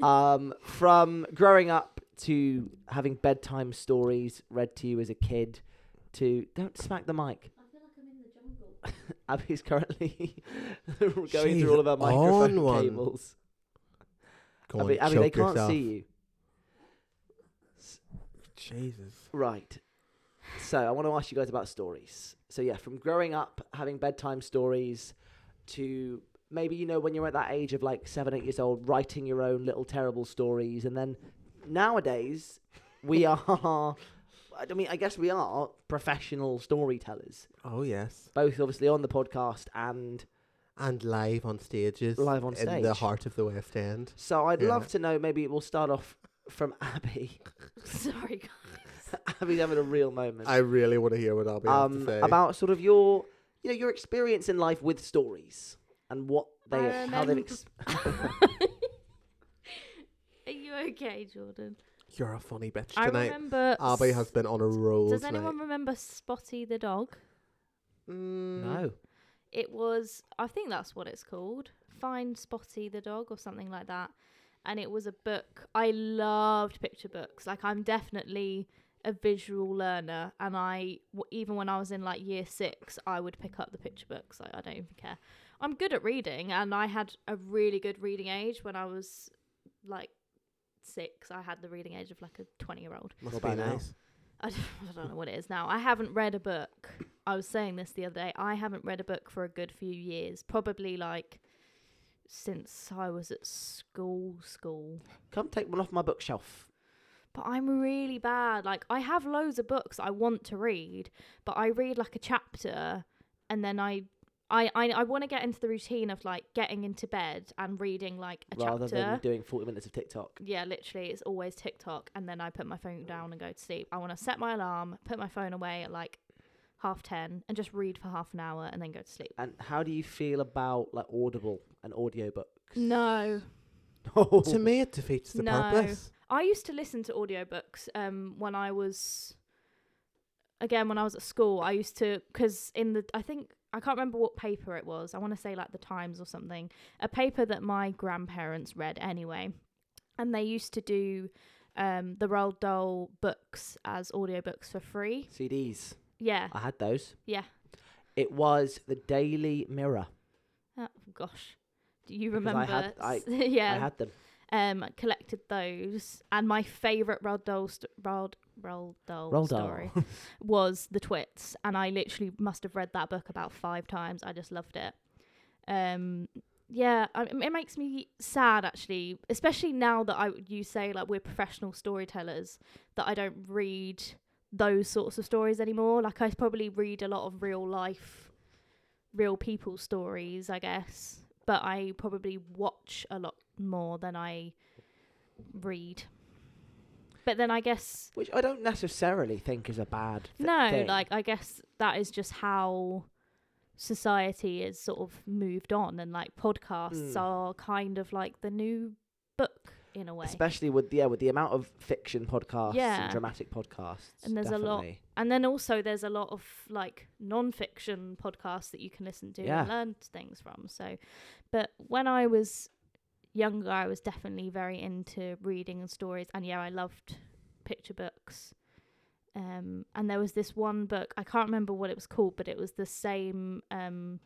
[SPEAKER 1] Um, from growing up to having bedtime stories read to you as a kid to don't smack the mic. I feel like I'm in the jungle. Abby's (laughs) currently going
[SPEAKER 3] She's
[SPEAKER 1] through all of our
[SPEAKER 3] on
[SPEAKER 1] microphone
[SPEAKER 3] one.
[SPEAKER 1] cables.
[SPEAKER 3] Go
[SPEAKER 1] Abby,
[SPEAKER 3] on,
[SPEAKER 1] Abby they
[SPEAKER 3] choke
[SPEAKER 1] can't
[SPEAKER 3] yourself.
[SPEAKER 1] see you.
[SPEAKER 3] Jesus.
[SPEAKER 1] Right. So I want to ask you guys about stories. So yeah, from growing up, having bedtime stories, to maybe you know when you're at that age of like seven, eight years old, writing your own little terrible stories, and then nowadays we (laughs) are. I mean, I guess we are professional storytellers,
[SPEAKER 3] Oh yes.
[SPEAKER 1] both obviously on the podcast and.
[SPEAKER 3] And live on stages.
[SPEAKER 1] Live on
[SPEAKER 3] In the
[SPEAKER 1] stage.
[SPEAKER 3] heart of the West End.
[SPEAKER 1] So I'd
[SPEAKER 3] Yeah.
[SPEAKER 1] love to know. Maybe we'll start off from (laughs) Abby.
[SPEAKER 2] (laughs) Sorry, guys.
[SPEAKER 1] Abby's having a real moment.
[SPEAKER 3] I really want to hear what Abby has to
[SPEAKER 1] um,
[SPEAKER 3] say.
[SPEAKER 1] about sort of your you know your experience in life with stories and what they
[SPEAKER 2] I
[SPEAKER 1] how they've
[SPEAKER 2] remember-
[SPEAKER 1] ex- (laughs)
[SPEAKER 2] Are you okay, Jordan?
[SPEAKER 3] You're a funny bitch
[SPEAKER 2] I
[SPEAKER 3] tonight.
[SPEAKER 2] remember.
[SPEAKER 3] Abby
[SPEAKER 2] s-
[SPEAKER 3] has been on a roll
[SPEAKER 2] Does
[SPEAKER 3] tonight.
[SPEAKER 2] anyone remember Spotty the dog?
[SPEAKER 3] Mm,
[SPEAKER 1] no
[SPEAKER 2] It was, I think that's what it's called. Find Spotty the dog or something like that. And it was a book. I loved picture books. Like I'm definitely a visual learner, and I w- even when I was in like year six, I would pick up the picture books. Like I don't even care. I'm good at reading, and I had a really good reading age when I was like six. I had the reading age of like a twenty year old.
[SPEAKER 1] Well,
[SPEAKER 3] Must
[SPEAKER 1] by
[SPEAKER 3] be
[SPEAKER 1] now.
[SPEAKER 3] nice.
[SPEAKER 2] I don't, (laughs) I don't know what it is now. I haven't read a book. I was saying this the other day. I haven't read a book for a good few years, probably like since I was at school. School,
[SPEAKER 1] come take one off my bookshelf
[SPEAKER 2] but I'm really bad. Like I have loads of books I want to read, but I read like a chapter, and then I. I, I, I want to get into the routine of like getting into bed and reading like a
[SPEAKER 1] rather
[SPEAKER 2] chapter.
[SPEAKER 1] than doing 40 minutes of tiktok
[SPEAKER 2] yeah, literally, it's always TikTok, and then I put my phone down and go to sleep. I want to set my alarm, put my phone away at like half ten, and just read for half an hour, and then go to sleep.
[SPEAKER 1] and how do you feel about like audible and audiobooks (laughs)
[SPEAKER 2] No,
[SPEAKER 1] oh
[SPEAKER 3] To me, it defeats the
[SPEAKER 2] No.
[SPEAKER 3] purpose.
[SPEAKER 2] I used to listen to audiobooks um, when I was, again, when I was at school. I used to, because in the, I think, I can't remember what paper it was. I want to say like the Times or something. A paper that my grandparents read anyway. And they used to do um, the Roald Dahl books as audiobooks for free.
[SPEAKER 1] cds
[SPEAKER 2] Yeah.
[SPEAKER 1] i had those
[SPEAKER 2] Yeah.
[SPEAKER 1] it was the daily mirror
[SPEAKER 2] Oh, gosh. Do you
[SPEAKER 1] Because
[SPEAKER 2] remember?
[SPEAKER 1] I had- I-
[SPEAKER 2] (laughs) yeah.
[SPEAKER 1] i had them
[SPEAKER 2] um, collected those, and my favourite Roald Dahl, st- Roald, Roald Dahl
[SPEAKER 1] Roald Dahl. (laughs)
[SPEAKER 2] story was The Twits, and I literally must have read that book about five times. I just loved it. Um, yeah, I, it makes me sad actually, especially now that I you say like we're professional storytellers that I don't read those sorts of stories anymore. Like I probably read a lot of real life, real people stories, I guess, but I probably watch a lot more than I read. But then I guess
[SPEAKER 1] which i don't necessarily think is a bad th-
[SPEAKER 2] no,
[SPEAKER 1] thing.
[SPEAKER 2] like I guess that is just how society is sort of moved on, and like podcasts
[SPEAKER 1] Mm.
[SPEAKER 2] are kind of like the new book. in a way.
[SPEAKER 1] especially with yeah with the amount of fiction podcasts
[SPEAKER 2] Yeah.
[SPEAKER 1] and dramatic podcasts.
[SPEAKER 2] And there's a lot
[SPEAKER 1] definitely.
[SPEAKER 2] and then also there's a lot of like non-fiction podcasts that you can listen to
[SPEAKER 1] Yeah.
[SPEAKER 2] and learn things from so but when i was younger i was definitely very into reading and stories and yeah i loved picture books um and there was this one book i can't remember what it was called but it was the same um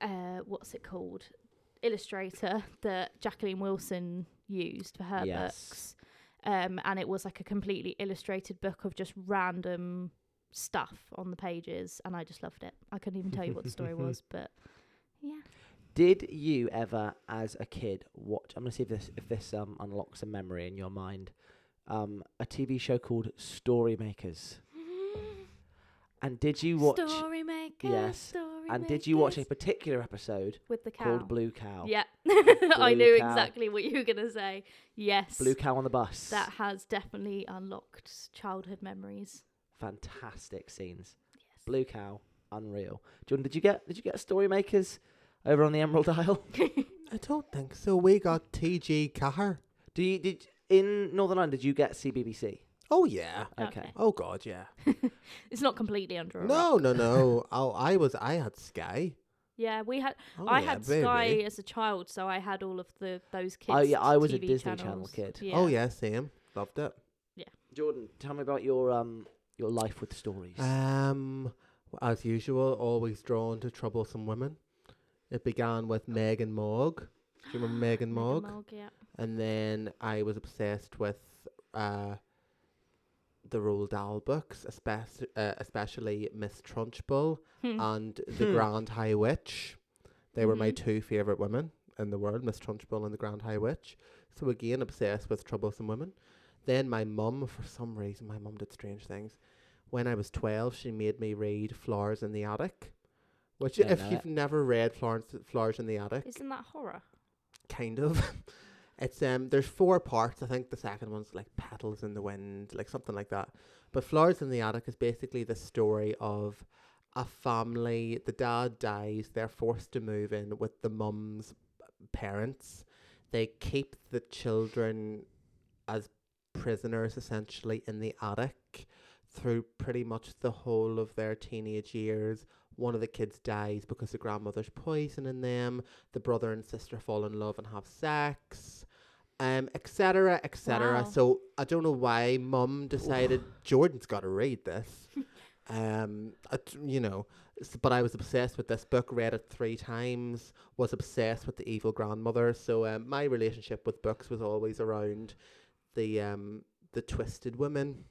[SPEAKER 2] uh what's it called illustrator (laughs) that jacqueline wilson used for her
[SPEAKER 1] Yes.
[SPEAKER 2] books um, and it was like a completely illustrated book of just random stuff on the pages, and I just loved it. I couldn't even tell you what
[SPEAKER 1] (laughs)
[SPEAKER 2] the story was, but (laughs) yeah,
[SPEAKER 1] Did you ever, as a kid, watch? I'm gonna see if this if this um unlocks a memory in your mind. Um, a TV show called Story Makers. And did you watch?
[SPEAKER 2] story maker.
[SPEAKER 1] yes.
[SPEAKER 2] story
[SPEAKER 1] and did you watch a
[SPEAKER 2] makers.
[SPEAKER 1] particular episode
[SPEAKER 2] with the cow?
[SPEAKER 1] called Blue Cow?
[SPEAKER 2] Yeah, (laughs) I
[SPEAKER 1] Blue
[SPEAKER 2] knew
[SPEAKER 1] cow.
[SPEAKER 2] exactly what you were gonna say. Yes,
[SPEAKER 1] Blue Cow on the bus.
[SPEAKER 2] that has definitely unlocked childhood memories.
[SPEAKER 1] Fantastic scenes.
[SPEAKER 2] Yes. (laughs)
[SPEAKER 1] Blue Cow, unreal. Jordan, did you get did you get Story Makers over on the Emerald (laughs) Isle?
[SPEAKER 3] I don't think so. We got T.G. Carr.
[SPEAKER 1] Do you did in Northern Ireland? Did you get CBBC?
[SPEAKER 3] Oh yeah.
[SPEAKER 1] Okay.
[SPEAKER 3] Oh god, yeah.
[SPEAKER 2] it's not completely under a rock. (laughs)
[SPEAKER 3] No, no, no. oh, I was. I had Sky.
[SPEAKER 2] Yeah, we had.
[SPEAKER 3] Oh,
[SPEAKER 2] I
[SPEAKER 3] yeah,
[SPEAKER 2] had
[SPEAKER 3] baby.
[SPEAKER 2] Sky as a child, so I had all of the those kids.
[SPEAKER 1] Oh yeah, I was a
[SPEAKER 2] TV
[SPEAKER 1] Disney Channel
[SPEAKER 2] channels.
[SPEAKER 1] kid.
[SPEAKER 3] Oh yeah, same. Loved it.
[SPEAKER 1] Jordan, tell me about your um your life with stories.
[SPEAKER 3] Um, as usual, always drawn to troublesome women. It began with Megan Morg. Do you remember
[SPEAKER 2] (gasps)
[SPEAKER 3] Megan
[SPEAKER 2] Megan
[SPEAKER 3] Morg?
[SPEAKER 2] yeah.
[SPEAKER 3] And then I was obsessed with uh, the Roald Dahl books, especially, uh, especially Miss Trunchbull
[SPEAKER 2] Hmm.
[SPEAKER 3] and The
[SPEAKER 1] Hmm. Mm-hmm.
[SPEAKER 3] Grand High Witch. They were my
[SPEAKER 2] Mhm.
[SPEAKER 3] two favourite women in the world, Miss Trunchbull and The Grand High Witch. So again, obsessed with troublesome women. Then my mum, for some reason, my mum did strange things. When I was 12, she made me read Flowers in the Attic. Which,
[SPEAKER 1] Don't
[SPEAKER 3] if
[SPEAKER 1] know
[SPEAKER 3] you've
[SPEAKER 1] it.
[SPEAKER 3] never read Florence, Flowers in the Attic,
[SPEAKER 2] Isn't that horror?
[SPEAKER 3] kind of. (laughs) It's um there's four parts. I think the second one's like petals in the wind, like something like that. But Flowers in the Attic is basically the story of a family. The dad dies, they're forced to move in with the mum's parents. They keep the children as prisoners essentially in the attic through pretty much the whole of their teenage years. One of the kids dies because the grandmother's poisoning them the brother and sister fall in love and have sex, um, etc., etc.
[SPEAKER 2] Wow.
[SPEAKER 3] So I don't know why mum decided Jordan's got to read this. (laughs) um, I d- you know, s- but I was obsessed with this book. Read it three times. Was obsessed with the evil grandmother. So um, my relationship with books was always around the um the twisted women.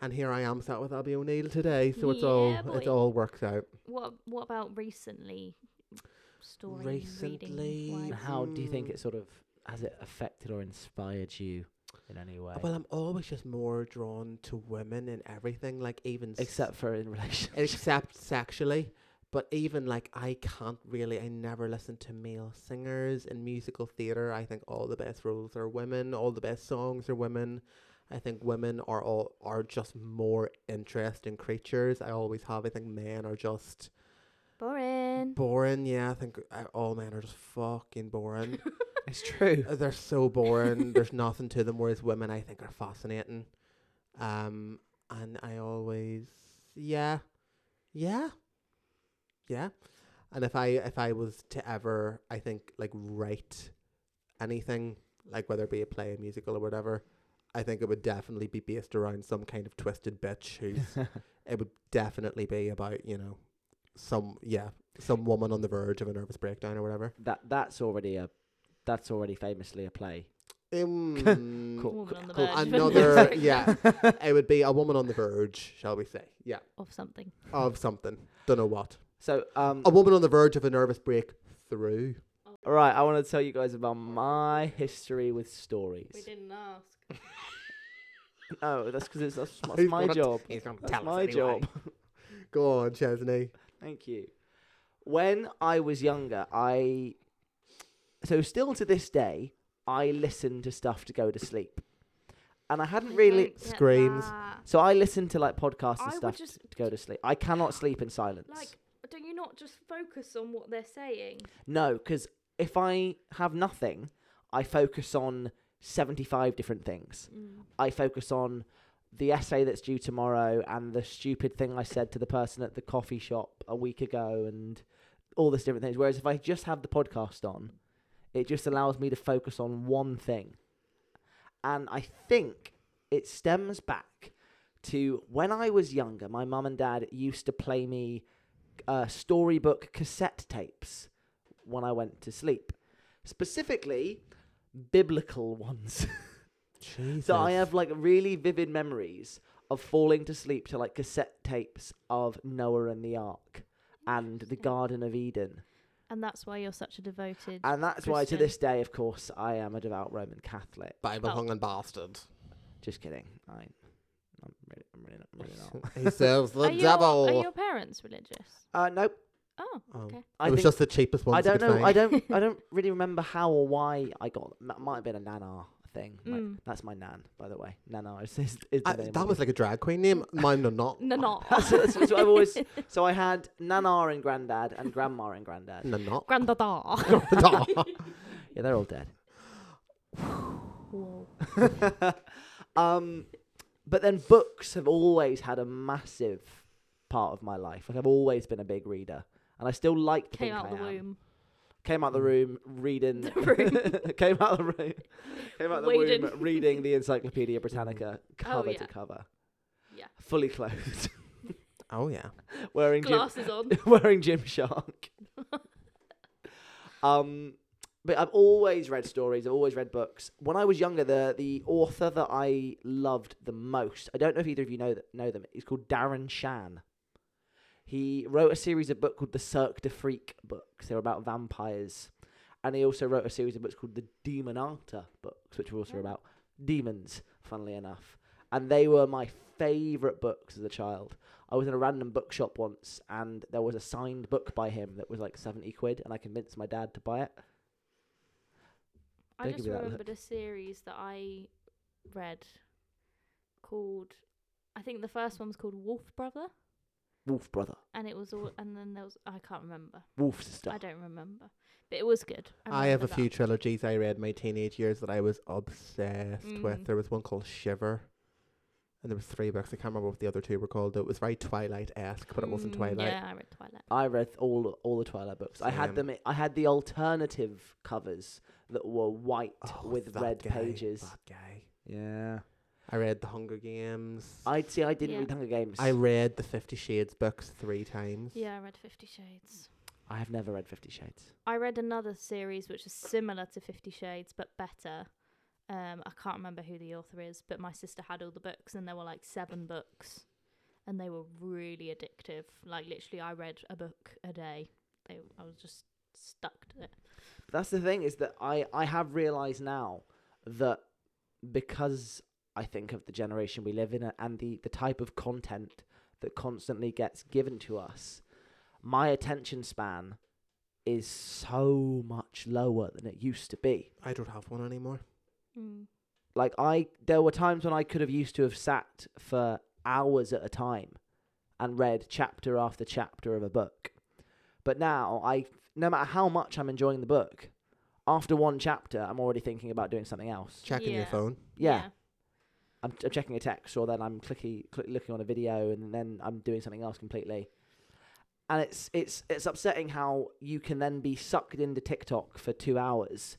[SPEAKER 3] And here I am sat with Abby O'Neill today, so it's all
[SPEAKER 2] Yeah,
[SPEAKER 3] it
[SPEAKER 2] boy.
[SPEAKER 3] all works out.
[SPEAKER 2] What What about recently? Story
[SPEAKER 3] Recently,
[SPEAKER 2] reading.
[SPEAKER 1] And
[SPEAKER 2] wise?
[SPEAKER 1] how do you think
[SPEAKER 3] Mm.
[SPEAKER 1] it sort of has it affected or inspired you in any way?
[SPEAKER 3] Well, I'm always just more drawn to women and everything, like even s-
[SPEAKER 1] Except for in relation.
[SPEAKER 3] except sexually. But even like I can't really. I never listen to male singers in musical theater. I think all the best roles are women. All the best songs are women. I think women are all are just more interesting creatures. I always have. I think men are just
[SPEAKER 2] Boring.
[SPEAKER 3] boring. Yeah, I think uh, all men are just
[SPEAKER 2] (laughs)
[SPEAKER 3] fucking boring.
[SPEAKER 1] it's (laughs) true.
[SPEAKER 3] Uh, They're so boring. There's nothing to them. Whereas women, I think, are fascinating. Um, and I always, yeah, yeah, yeah. And if I if I was to ever, I think, like write anything, like whether it be a play, a musical, or whatever, I think it would definitely be based around some kind of twisted bitch who's. it would definitely be about you know, some yeah, some woman on the verge of a nervous breakdown or whatever.
[SPEAKER 1] that that's already a that's already famously a (laughs) play.
[SPEAKER 3] Um,
[SPEAKER 1] Cool.
[SPEAKER 2] Woman on the
[SPEAKER 1] cool.
[SPEAKER 2] verge of (laughs)
[SPEAKER 3] Another-
[SPEAKER 2] something.
[SPEAKER 3] yeah. it would be a woman on the verge, shall we say? Yeah,
[SPEAKER 2] Of something.
[SPEAKER 3] of something. Don't know what.
[SPEAKER 1] So um
[SPEAKER 3] A woman on the verge of a nervous breakthrough.
[SPEAKER 1] all right, I want to tell you guys about my history with stories.
[SPEAKER 2] didn't ask.
[SPEAKER 1] No, that's because it's (laughs) that's, that's
[SPEAKER 3] He's
[SPEAKER 1] my
[SPEAKER 3] gonna-
[SPEAKER 1] job.
[SPEAKER 3] He's gonna
[SPEAKER 1] That's my job.
[SPEAKER 3] (laughs) Go on, Chesney.
[SPEAKER 1] Thank you. When I was younger, I so still to this day, I listen to stuff to go to sleep, and I hadn't really.
[SPEAKER 3] Screams.
[SPEAKER 1] So I listen to like podcasts and
[SPEAKER 2] I would
[SPEAKER 1] stuff
[SPEAKER 2] just
[SPEAKER 1] to go to sleep. I cannot sleep in silence.
[SPEAKER 2] like. Don't you not just focus on what they're saying?
[SPEAKER 1] No, because if I have nothing, I focus on 75 different things.
[SPEAKER 2] Mm.
[SPEAKER 1] I focus on the essay that's due tomorrow and the stupid thing I said to the person at the coffee shop a week ago and all this different things. Whereas if I just have the podcast on, it just allows me to focus on one thing. And I think it stems back to when I was younger, my mum and dad used to play me uh, storybook cassette tapes when I went to sleep, specifically biblical ones. (laughs)
[SPEAKER 3] Jesus.
[SPEAKER 1] So I have like really vivid memories of falling to sleep to like cassette tapes of Noah and the Ark and the
[SPEAKER 2] Interesting.
[SPEAKER 1] Garden of Eden.
[SPEAKER 2] And that's why you're such a devoted.
[SPEAKER 1] And that's why to
[SPEAKER 2] Christian.
[SPEAKER 1] this day, of course, I am a devout Roman Catholic.
[SPEAKER 3] Bible
[SPEAKER 2] Oh.
[SPEAKER 3] hung bastard.
[SPEAKER 1] Just kidding. I, I'm really, I'm really not. I'm really
[SPEAKER 3] (laughs)
[SPEAKER 1] not.
[SPEAKER 3] he serves the
[SPEAKER 2] are, your,
[SPEAKER 3] devil.
[SPEAKER 2] are your parents religious?
[SPEAKER 1] Uh, nope.
[SPEAKER 2] Oh,
[SPEAKER 3] Oh.
[SPEAKER 2] okay.
[SPEAKER 1] I
[SPEAKER 3] it was
[SPEAKER 1] think,
[SPEAKER 3] just the cheapest one.
[SPEAKER 1] I don't know. I
[SPEAKER 3] Find. (laughs)
[SPEAKER 1] don't. I don't really remember how or why I got. That might have been a nana thing. Like,
[SPEAKER 2] Mm.
[SPEAKER 1] That's my nan, by the way. Nana is, is, is the
[SPEAKER 3] I,
[SPEAKER 1] name.
[SPEAKER 3] that
[SPEAKER 1] of
[SPEAKER 3] was like a drag queen name. Mine are not.
[SPEAKER 2] No,
[SPEAKER 3] (laughs)
[SPEAKER 2] not
[SPEAKER 1] That's, that's what I've always. So I had Nana and Grandad and Grandma and
[SPEAKER 3] (laughs)
[SPEAKER 1] Grandad.
[SPEAKER 3] No,
[SPEAKER 2] (laughs)
[SPEAKER 3] not.
[SPEAKER 2] Grandada.
[SPEAKER 3] (laughs)
[SPEAKER 2] (laughs)
[SPEAKER 1] Yeah, they're all dead.
[SPEAKER 2] Whoa.
[SPEAKER 1] (laughs) um, but then books have always had a massive part of my life. Like I've always been a big reader, and I still like to
[SPEAKER 2] Came
[SPEAKER 1] think
[SPEAKER 2] out
[SPEAKER 1] I
[SPEAKER 2] of
[SPEAKER 1] am.
[SPEAKER 2] the womb.
[SPEAKER 1] Came out the room reading.
[SPEAKER 2] The room.
[SPEAKER 1] (laughs) came out the room. Came out the
[SPEAKER 2] Wading.
[SPEAKER 1] womb reading the Encyclopedia Britannica cover
[SPEAKER 2] Oh, yeah.
[SPEAKER 1] to cover.
[SPEAKER 2] Yeah.
[SPEAKER 1] Fully clothed, (laughs)
[SPEAKER 3] oh yeah.
[SPEAKER 1] wearing gym,
[SPEAKER 2] Glasses
[SPEAKER 3] (laughs)
[SPEAKER 2] on.
[SPEAKER 1] (laughs) wearing Gymshark. um, but I've always read stories. I've always read books. When I was younger, the the author that I loved the most, I don't know if either of you know th- know them. He's called Darren Shan. He wrote a series of books called the Cirque de Freak books. They were about vampires, and he also wrote a series of books called the Demonata books, which were also
[SPEAKER 2] Oh.
[SPEAKER 1] about demons. Funnily enough, and they were my favorite books as a child. I was in a random bookshop once, and there was a signed book by him that was like seventy quid, and I convinced my dad to buy it.
[SPEAKER 2] I
[SPEAKER 1] Don't give
[SPEAKER 2] just
[SPEAKER 1] me that look.
[SPEAKER 2] remembered a series that I read called, I think the first one was called Wolf Brother,
[SPEAKER 1] Wolf brother,
[SPEAKER 2] and it was all, and then there was I can't remember,
[SPEAKER 1] wolf sister.
[SPEAKER 2] I don't remember, but it was good.
[SPEAKER 3] I have a
[SPEAKER 2] remember
[SPEAKER 3] few
[SPEAKER 2] that.
[SPEAKER 3] trilogies I read my teenage years that I was obsessed
[SPEAKER 2] Mm.
[SPEAKER 3] with. There was one called Shiver, and there was three books. I can't remember what the other two were called. Though it was very Twilight esque, but it wasn't
[SPEAKER 2] Mm,
[SPEAKER 3] Twilight.
[SPEAKER 2] Yeah, I read Twilight.
[SPEAKER 1] I read all all the Twilight books. I had
[SPEAKER 3] Same.
[SPEAKER 1] them. I had the alternative covers that were white
[SPEAKER 3] Oh,
[SPEAKER 1] with
[SPEAKER 3] that
[SPEAKER 1] red
[SPEAKER 3] guy,
[SPEAKER 1] pages.
[SPEAKER 3] That guy.
[SPEAKER 1] Yeah,
[SPEAKER 3] I read The Hunger Games. I,
[SPEAKER 1] I'd see. I didn't
[SPEAKER 2] Yeah.
[SPEAKER 1] read Hunger Games. I,
[SPEAKER 3] read the Fifty Shades books three times.
[SPEAKER 2] Yeah, I read Fifty Shades.
[SPEAKER 1] have never read Fifty Shades.
[SPEAKER 2] I read another series which is similar to Fifty Shades but better. Um, I can't remember who the author is, but my sister had all the books, and there were like seven books, and they were really addictive. Like literally, I read a book a day. They, I was just stuck to it.
[SPEAKER 1] But that's the thing is that I I have realized now that because I think of the generation we live in uh, and the the type of content that constantly gets given to us, my attention span is so much lower than it used to be.
[SPEAKER 3] I don't have one anymore.
[SPEAKER 2] Mm.
[SPEAKER 1] like I there were times when I could have used to have sat for hours at a time and read chapter after chapter of a book. But now I no matter how much I'm enjoying the book, after one chapter I'm already thinking about doing something else.
[SPEAKER 3] Checking your
[SPEAKER 2] Yeah.
[SPEAKER 3] phone.
[SPEAKER 1] Yeah. I'm, I'm checking a text or then I'm clicky click, looking on a video and then I'm doing something else completely. And it's it's it's upsetting how you can then be sucked into TikTok for 2 hours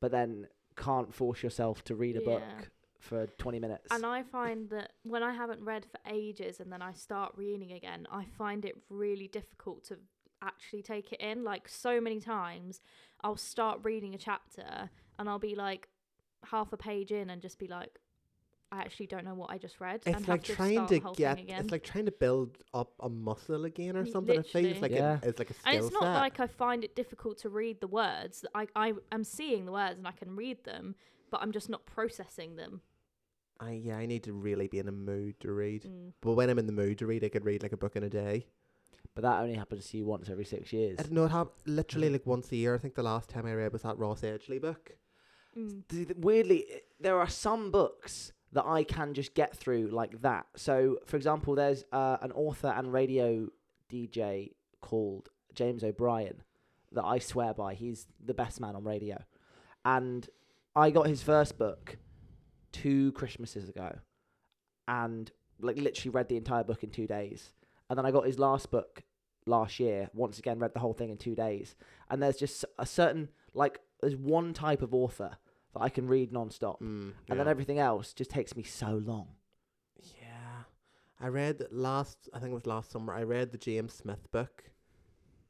[SPEAKER 1] but then can't force yourself to read a
[SPEAKER 2] Yeah.
[SPEAKER 1] book for 20 minutes.
[SPEAKER 2] And I find that when I haven't read for ages and then I start reading again, I find it really difficult to actually take it in. Like, so many times I'll start reading a chapter and I'll be like half a page in and just be like, I actually don't know what I just read. and
[SPEAKER 3] It's
[SPEAKER 2] have
[SPEAKER 3] like trying
[SPEAKER 2] start
[SPEAKER 3] to
[SPEAKER 2] the whole thing
[SPEAKER 3] get.
[SPEAKER 2] again.
[SPEAKER 3] It's like trying to build up a muscle again or
[SPEAKER 2] Y-
[SPEAKER 3] something. It
[SPEAKER 2] literally.
[SPEAKER 3] feels like a-
[SPEAKER 1] Yeah.
[SPEAKER 3] it's like a skill
[SPEAKER 2] and it's not
[SPEAKER 3] set.
[SPEAKER 2] like I find it difficult to read the words. I, I am seeing the words and I can read them, but I'm just not processing them.
[SPEAKER 3] I yeah, I need to really be in a mood to read.
[SPEAKER 2] Mm.
[SPEAKER 3] But when I'm in the mood to read, I could read like a book in a day.
[SPEAKER 1] but that only happens to you once every 6 years.
[SPEAKER 3] I don't know. It hap-
[SPEAKER 1] Mm.
[SPEAKER 3] literally like once a year. I think the last time I read was that Ross Edgley book.
[SPEAKER 2] Mm.
[SPEAKER 1] Th- th- Weirdly, i- there are some books that I can just get through like that. So, for example, there's uh, an author and radio DJ called James O'Brien that I swear by. He's the best man on radio. And I got his first book two Christmases ago, and like literally read the entire book in two days. And then I got his last book last year. Once again, read the whole thing in two days. And there's just a certain like there's one type of author that I can read non-stop.
[SPEAKER 3] Mm,
[SPEAKER 1] Oh, and then
[SPEAKER 3] yeah.
[SPEAKER 1] everything else just takes me so long.
[SPEAKER 3] Yeah. I read last, I think it was last summer, I read the James Smith book.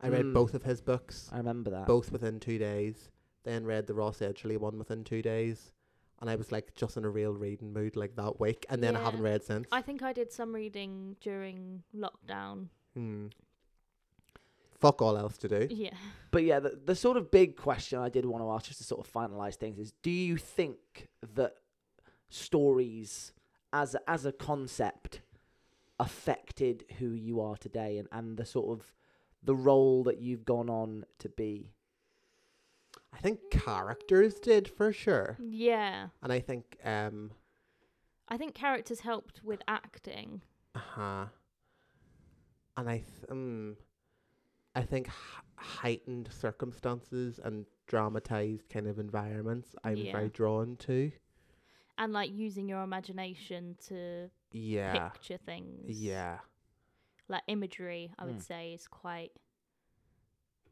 [SPEAKER 3] I read
[SPEAKER 1] Mm.
[SPEAKER 3] both of his books,
[SPEAKER 1] I remember that.
[SPEAKER 3] both within two days. Then read the Ross Edgerly one within two days. And I was like just in a real reading mood like that week. And then I
[SPEAKER 2] Yeah.
[SPEAKER 3] haven't read since.
[SPEAKER 2] I think I did some reading during lockdown.
[SPEAKER 3] Hmm. Fuck all else to do.
[SPEAKER 2] Yeah.
[SPEAKER 1] But yeah, the, the sort of big question I did want to ask, just to sort of finalize things, is: Do you think that stories, as a- as a concept, affected who you are today, and and the sort of the role that you've gone on to be?
[SPEAKER 3] I think characters did for sure.
[SPEAKER 2] (laughs)
[SPEAKER 1] Mm.
[SPEAKER 2] Yeah.
[SPEAKER 3] And I think, um,
[SPEAKER 2] I think characters helped with acting.
[SPEAKER 3] Uh-huh. And I th- um, I think h- heightened circumstances and dramatized kind of environments I'm
[SPEAKER 2] Yeah.
[SPEAKER 3] very drawn to.
[SPEAKER 2] And like using your imagination to
[SPEAKER 3] Yeah.
[SPEAKER 2] picture things.
[SPEAKER 3] Yeah. Hmm.
[SPEAKER 2] Like imagery, I would
[SPEAKER 1] Mm.
[SPEAKER 2] say, is quite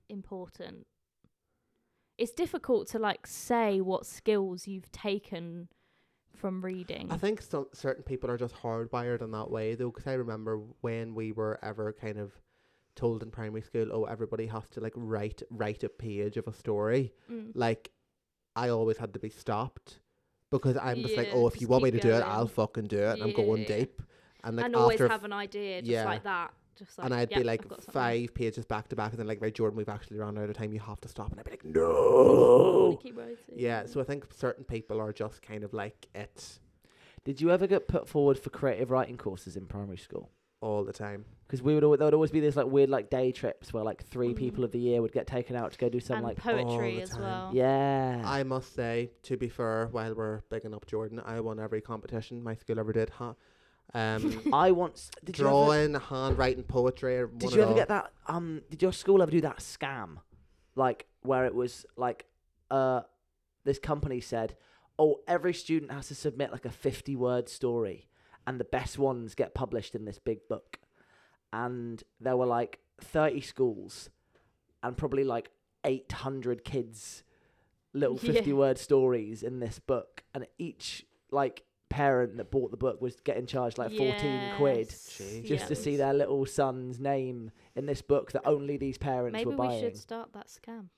[SPEAKER 2] important. It's difficult to like say what skills you've taken from reading.
[SPEAKER 3] I think some certain people are just hardwired in that way though, 'cause I remember when we were ever kind of told in primary school, oh, everybody has to like write write a page of a story.
[SPEAKER 2] Mm.
[SPEAKER 3] Like, I always had to be stopped because I'm just like,
[SPEAKER 2] Yeah,
[SPEAKER 3] oh, if you
[SPEAKER 2] just
[SPEAKER 3] want me to
[SPEAKER 2] keep
[SPEAKER 3] do it, I'll
[SPEAKER 2] going.
[SPEAKER 3] fucking do it. and I'm going
[SPEAKER 2] Yeah.
[SPEAKER 3] deep. And like
[SPEAKER 2] and always
[SPEAKER 3] after
[SPEAKER 2] have an idea just
[SPEAKER 3] yeah.
[SPEAKER 2] like that. Just like,
[SPEAKER 3] and I'd
[SPEAKER 2] "Yep,
[SPEAKER 3] be like
[SPEAKER 2] I've got something."
[SPEAKER 3] five pages back to back, and then like, right, Jordan, we've actually run out of time. You have to stop, and I'd be like,
[SPEAKER 2] Wanna
[SPEAKER 3] no.
[SPEAKER 2] keep writing.
[SPEAKER 3] Yeah, so I think certain people are just kind of like it
[SPEAKER 1] Did you ever get put forward for creative writing courses in primary school?
[SPEAKER 3] all the time.
[SPEAKER 1] Because we would always, there would always be this like weird like day trips where like three
[SPEAKER 2] Mm.
[SPEAKER 1] people of the year would get taken out to go do some
[SPEAKER 2] and
[SPEAKER 1] like
[SPEAKER 2] poetry
[SPEAKER 3] the
[SPEAKER 2] as
[SPEAKER 3] time.
[SPEAKER 2] well.
[SPEAKER 1] yeah.
[SPEAKER 3] I must say, to be fair, while we're bigging up Jordan, I won every competition my school ever did. Huh?
[SPEAKER 2] (laughs)
[SPEAKER 3] Um, (laughs)
[SPEAKER 1] I once did you ever-
[SPEAKER 3] drawing, handwriting, poetry. I
[SPEAKER 1] Did
[SPEAKER 3] won
[SPEAKER 1] you
[SPEAKER 3] it
[SPEAKER 1] ever
[SPEAKER 3] all.
[SPEAKER 1] get that? Um, did your school ever do that scam, like where it was like, uh, this company said, "Oh, every student has to submit like a fifty-word story, and the best ones get published in this big book," and there were like thirty schools, and probably like eight hundred kids, little
[SPEAKER 2] Yeah.
[SPEAKER 1] fifty-word stories in this book, and each like parent that bought the book was getting charged like fourteen quid
[SPEAKER 3] Jeez.
[SPEAKER 1] just to
[SPEAKER 3] Yeah.
[SPEAKER 1] see their little son's name in this book that only these parents
[SPEAKER 2] Maybe
[SPEAKER 1] were
[SPEAKER 2] we
[SPEAKER 1] buying
[SPEAKER 2] should start that scam.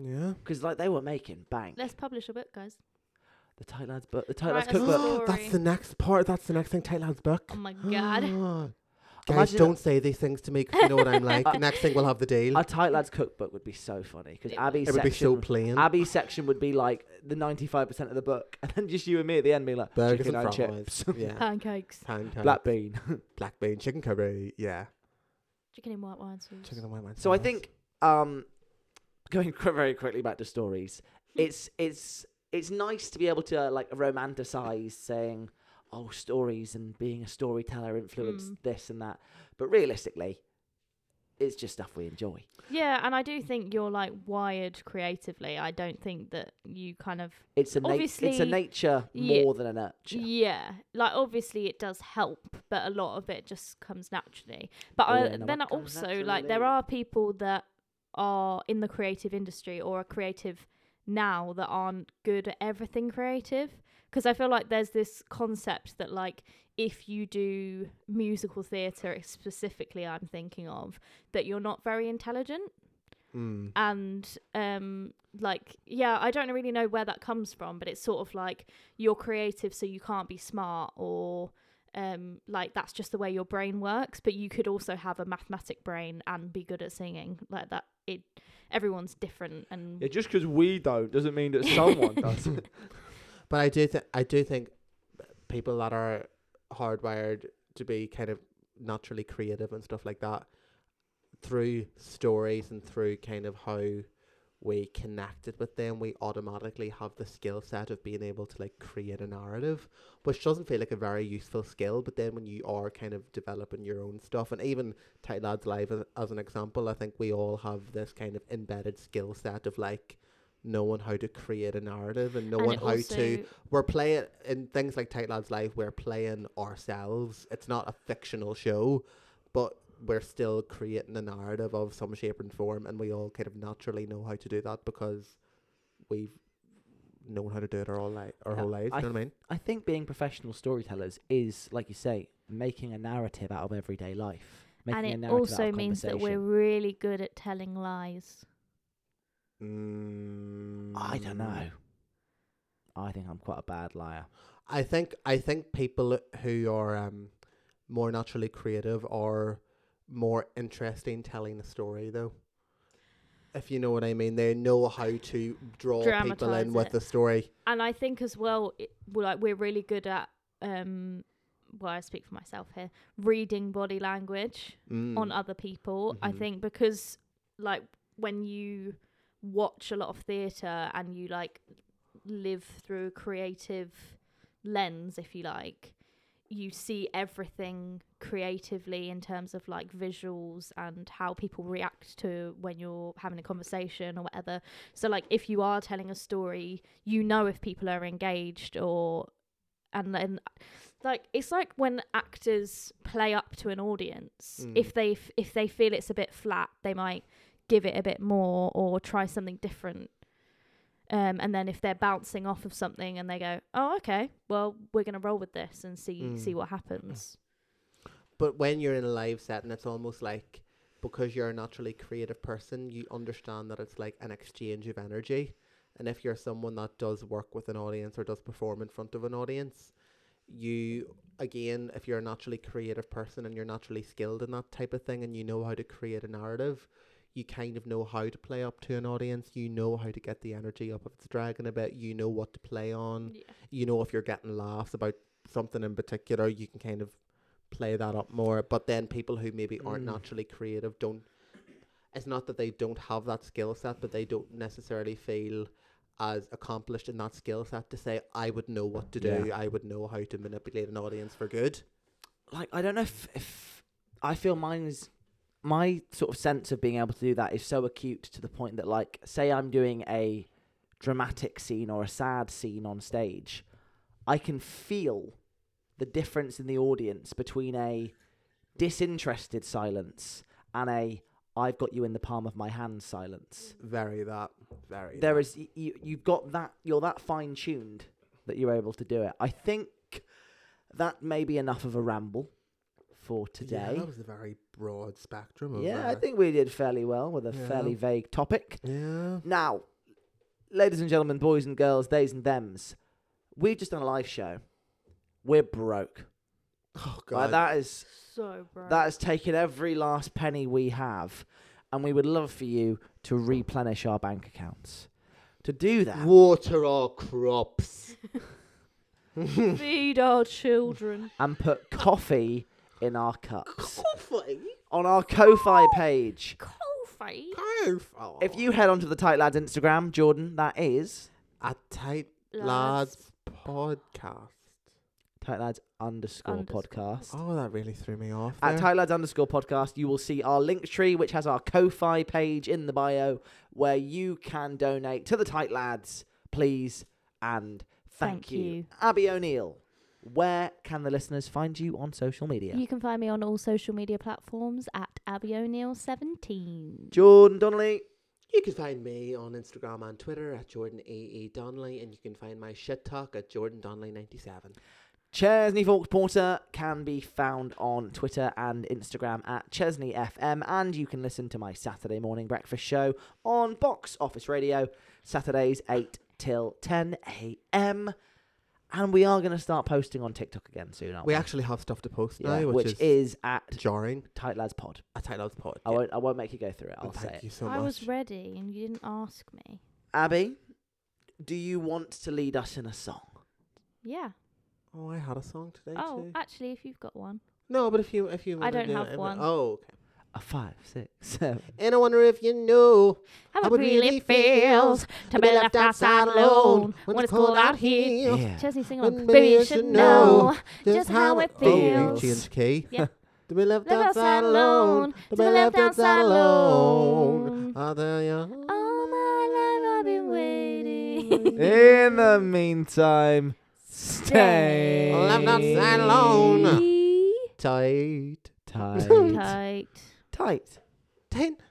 [SPEAKER 3] Yeah.
[SPEAKER 1] because like they were making bank.
[SPEAKER 2] Let's publish a book, guys.
[SPEAKER 1] the tight lads book, the tight
[SPEAKER 2] Right,
[SPEAKER 1] lads cookbook.
[SPEAKER 3] that's
[SPEAKER 2] Story.
[SPEAKER 3] the next part. That's the next thing. Tight lads book.
[SPEAKER 2] Oh my
[SPEAKER 3] (gasps)
[SPEAKER 2] god. (laughs)
[SPEAKER 3] Guys,
[SPEAKER 1] Imagine-
[SPEAKER 3] don't say these things to me 'cause you know what
[SPEAKER 1] (laughs)
[SPEAKER 3] I'm like. next thing we'll have the deal.
[SPEAKER 1] Our tight lads cookbook would be so funny because
[SPEAKER 2] It would.
[SPEAKER 1] Abby's
[SPEAKER 3] it would be so
[SPEAKER 1] section,
[SPEAKER 3] plain.
[SPEAKER 1] Abby's section would be like the ninety-five percent of the book, (laughs) and then just you and me at the end being like
[SPEAKER 3] Burgers
[SPEAKER 1] chicken
[SPEAKER 3] and
[SPEAKER 1] and
[SPEAKER 3] fries.
[SPEAKER 1] chips,
[SPEAKER 3] yeah.
[SPEAKER 1] (laughs)
[SPEAKER 2] Pancakes.
[SPEAKER 3] Pancake,
[SPEAKER 1] black bean.
[SPEAKER 3] black bean, chicken curry. Yeah.
[SPEAKER 2] Chicken and white wine sauce.
[SPEAKER 3] Chicken and white wine
[SPEAKER 1] So I
[SPEAKER 3] sauce.
[SPEAKER 1] think um, going (laughs) qu- very quickly back to stories, it's it's it's nice to be able to like romanticize saying, oh, stories and being a storyteller influenced
[SPEAKER 2] Mm.
[SPEAKER 1] this and that, but realistically, it's just stuff we enjoy.
[SPEAKER 2] Yeah, and I do think you're like wired creatively. I don't think that you kind of
[SPEAKER 1] It's a na- it's a
[SPEAKER 2] Obviously,
[SPEAKER 1] nature
[SPEAKER 2] yeah.
[SPEAKER 1] more than a nurture.
[SPEAKER 2] Yeah. Like obviously it does help, but a lot of it just comes naturally. But
[SPEAKER 1] Oh,
[SPEAKER 2] I,
[SPEAKER 1] yeah, no,
[SPEAKER 2] then I
[SPEAKER 1] it comes
[SPEAKER 2] also like there
[SPEAKER 1] naturally.
[SPEAKER 2] are people that are in the creative industry or are creative now that aren't good at everything creative because I feel like there's this concept that like if you do musical theater specifically I'm thinking of that you're not very intelligent
[SPEAKER 3] Mm.
[SPEAKER 2] and um like yeah i don't really know where that comes from but it's sort of like you're creative so you can't be smart or um like that's just the way your brain works but you could also have a mathematic brain and be good at singing like that it everyone's different and
[SPEAKER 1] just because we don't doesn't mean (laughs)
[SPEAKER 2] (laughs)
[SPEAKER 1] that
[SPEAKER 2] someone
[SPEAKER 1] does.
[SPEAKER 3] But I do think I do think people that are hardwired to be kind of naturally creative and stuff like that through stories and through kind of how we connected with them, we automatically have the skill set of being able to like create a narrative, which doesn't feel like a very useful skill. But then when you are kind of developing your own stuff, and even Tight Lads Live as, as an example, I think we all have this kind of embedded skill set of like knowing how to create a narrative and
[SPEAKER 2] and
[SPEAKER 3] knowing
[SPEAKER 2] it
[SPEAKER 3] how to.
[SPEAKER 2] also-
[SPEAKER 3] We're playing in things like Tight Lads Live. We're playing ourselves. It's not a fictional show, but we're still creating a narrative of some shape and form, and we all kind of naturally know how to do that because we've known how to do it our whole life. Our
[SPEAKER 1] Yeah,
[SPEAKER 3] whole lives.
[SPEAKER 1] I
[SPEAKER 3] you know what I mean?
[SPEAKER 1] I think being professional storytellers is, like you say, making a narrative out of everyday life. Making
[SPEAKER 2] and
[SPEAKER 1] a
[SPEAKER 2] it
[SPEAKER 1] narrative out
[SPEAKER 2] also
[SPEAKER 1] of
[SPEAKER 2] means that we're
[SPEAKER 1] conversation.
[SPEAKER 2] really good at telling lies.
[SPEAKER 3] Mm,
[SPEAKER 1] I don't
[SPEAKER 2] Hmm.
[SPEAKER 1] know. I think I'm quite a bad liar.
[SPEAKER 3] I think I think people who are um, more naturally creative are more interesting telling a story though. If you know what I mean, they know how to draw people
[SPEAKER 2] Dramatise
[SPEAKER 3] in with
[SPEAKER 2] it.
[SPEAKER 3] the story.
[SPEAKER 2] And I think as well, it, we're like we're really good at. um well, I speak for myself here. Reading body language.
[SPEAKER 3] Mm.
[SPEAKER 2] on other people. I
[SPEAKER 3] Mhm.
[SPEAKER 2] think because like when you watch a lot of theatre and you like live through a creative lens, if you like, you see everything creatively in terms of like visuals and how people react to when you're having a conversation or whatever. So like if you are telling a story, you know if people are engaged or and then like it's like when actors play up to an audience
[SPEAKER 3] Mm.
[SPEAKER 2] if they f- if they feel it's a bit flat they might give it a bit more or try something different um, and then if they're bouncing off of something and they go oh okay well we're going to roll with this and see
[SPEAKER 3] Mm.
[SPEAKER 2] see what happens
[SPEAKER 3] but when you're in a live setting, it's almost like because you're a naturally creative person, you understand that it's like an exchange of energy. And if you're someone that does work with an audience or does perform in front of an audience, you again, if you're a naturally creative person and you're naturally skilled in that type of thing and you know how to create a narrative, you kind of know how to play up to an audience. You know how to get the energy up if it's dragging a bit. You know what to play on
[SPEAKER 2] Mm.
[SPEAKER 3] you know if you're getting laughs about something in particular you can kind of play that up more but then people who maybe aren't
[SPEAKER 1] Mm.
[SPEAKER 3] naturally creative don't it's not that they don't have that skill set but they don't necessarily feel as accomplished in that skill set to say i would know what to do
[SPEAKER 1] Yeah.
[SPEAKER 3] i would know how to manipulate an audience for good
[SPEAKER 1] Like I don't know if, if I feel mine is my sort of sense of being able to do that is so acute to the point that like say I'm doing a dramatic scene or a sad scene on stage, I can feel the difference in the audience between a disinterested silence and a I've got you in the palm of my hand silence.
[SPEAKER 3] very that very
[SPEAKER 1] There
[SPEAKER 3] that.
[SPEAKER 1] is y- you, you've got that you're that fine tuned that you're able to do it. I think that may be enough of a ramble for
[SPEAKER 3] yeah,
[SPEAKER 1] today.
[SPEAKER 3] that was a very broad spectrum
[SPEAKER 1] Yeah,
[SPEAKER 3] of
[SPEAKER 1] I
[SPEAKER 3] uh,
[SPEAKER 1] think we did fairly well with a
[SPEAKER 3] Yeah.
[SPEAKER 1] fairly vague topic.
[SPEAKER 3] yeah
[SPEAKER 1] Now, ladies and gentlemen, boys and girls, theys and thems, we've just done a live show. We're broke.
[SPEAKER 3] oh
[SPEAKER 1] Like
[SPEAKER 3] god
[SPEAKER 1] that is
[SPEAKER 2] so bro
[SPEAKER 1] that has taken every last penny we have, and we would love for you to replenish our bank accounts. To do that,
[SPEAKER 3] water
[SPEAKER 1] (laughs)
[SPEAKER 3] our crops
[SPEAKER 2] feed our children
[SPEAKER 1] and put coffee in our cups
[SPEAKER 3] coffee
[SPEAKER 1] on our Ko-fi page.
[SPEAKER 2] coffee
[SPEAKER 3] Careful.
[SPEAKER 1] If you head onto the Tight Lads Instagram, Jordan, that is
[SPEAKER 3] a tight
[SPEAKER 2] lads.
[SPEAKER 3] lads podcast.
[SPEAKER 1] Tight Lads underscore
[SPEAKER 2] Underscore.
[SPEAKER 1] podcast.
[SPEAKER 3] Oh, that really threw me off.
[SPEAKER 1] At
[SPEAKER 3] there.
[SPEAKER 1] Tight Lads underscore podcast, you will see our link tree, which has our Ko-fi page in the bio, where you can donate to the Tight Lads, please, and thank,
[SPEAKER 2] Thank
[SPEAKER 1] you.
[SPEAKER 2] you.
[SPEAKER 1] Abby O'Neill, where can the listeners find you on social media?
[SPEAKER 2] you can find me on all social media platforms at abby o'neill 17
[SPEAKER 1] Jordan Donnelly.
[SPEAKER 3] you can find me on Instagram and Twitter at Jordan AE Donnelly, and you can find my shit talk at Jordan Donnelly ninety seven.
[SPEAKER 1] Chesney Forks Porter can be found on Twitter and Instagram at Chesney FM, and you can listen to my Saturday morning breakfast show on Box Office Radio, Saturdays 8 till 10 a.m. And we are going to start posting on TikTok again soon, aren't we?
[SPEAKER 3] We actually have stuff to post
[SPEAKER 1] Yeah,
[SPEAKER 3] now, which,
[SPEAKER 1] which,
[SPEAKER 3] is,
[SPEAKER 1] is, at
[SPEAKER 3] jarring.
[SPEAKER 1] Tight Lads Pod.
[SPEAKER 3] A tight lads pod.
[SPEAKER 1] I, won't, I won't make you go through it, I'll
[SPEAKER 3] and thank
[SPEAKER 1] say it.
[SPEAKER 3] you so
[SPEAKER 2] i
[SPEAKER 3] much.
[SPEAKER 2] was ready and you didn't ask me
[SPEAKER 1] Abby, do you want to lead us in a song?
[SPEAKER 2] yeah
[SPEAKER 3] oh, I had a song today
[SPEAKER 2] oh
[SPEAKER 3] too.
[SPEAKER 2] actually if you've got one
[SPEAKER 3] no, but if you if you
[SPEAKER 2] I
[SPEAKER 3] wanna
[SPEAKER 2] don't
[SPEAKER 3] do
[SPEAKER 2] have
[SPEAKER 3] it, I'm-
[SPEAKER 2] one.
[SPEAKER 3] Oh, okay.
[SPEAKER 1] A five, six, seven.
[SPEAKER 3] And I wonder if you know
[SPEAKER 2] How
[SPEAKER 3] How
[SPEAKER 2] it
[SPEAKER 3] it really
[SPEAKER 2] really feels to be left outside alone when it's cold out here.
[SPEAKER 1] Yeah.
[SPEAKER 2] Chesney sing
[SPEAKER 3] When
[SPEAKER 2] along. Baby, you should know. Just how it
[SPEAKER 3] Oh, you
[SPEAKER 1] feels.
[SPEAKER 3] changed key. (laughs)
[SPEAKER 2] Yeah.
[SPEAKER 3] To be left
[SPEAKER 2] Left
[SPEAKER 3] outside alone. To be left outside alone.
[SPEAKER 2] alone.
[SPEAKER 3] Other young.
[SPEAKER 2] All my life I've been waiting.
[SPEAKER 1] In the (laughs) meantime, stay.
[SPEAKER 3] Well, I'm not sad alone. Tight.
[SPEAKER 1] Tight.
[SPEAKER 2] Tight.
[SPEAKER 1] Tight.
[SPEAKER 3] Tight.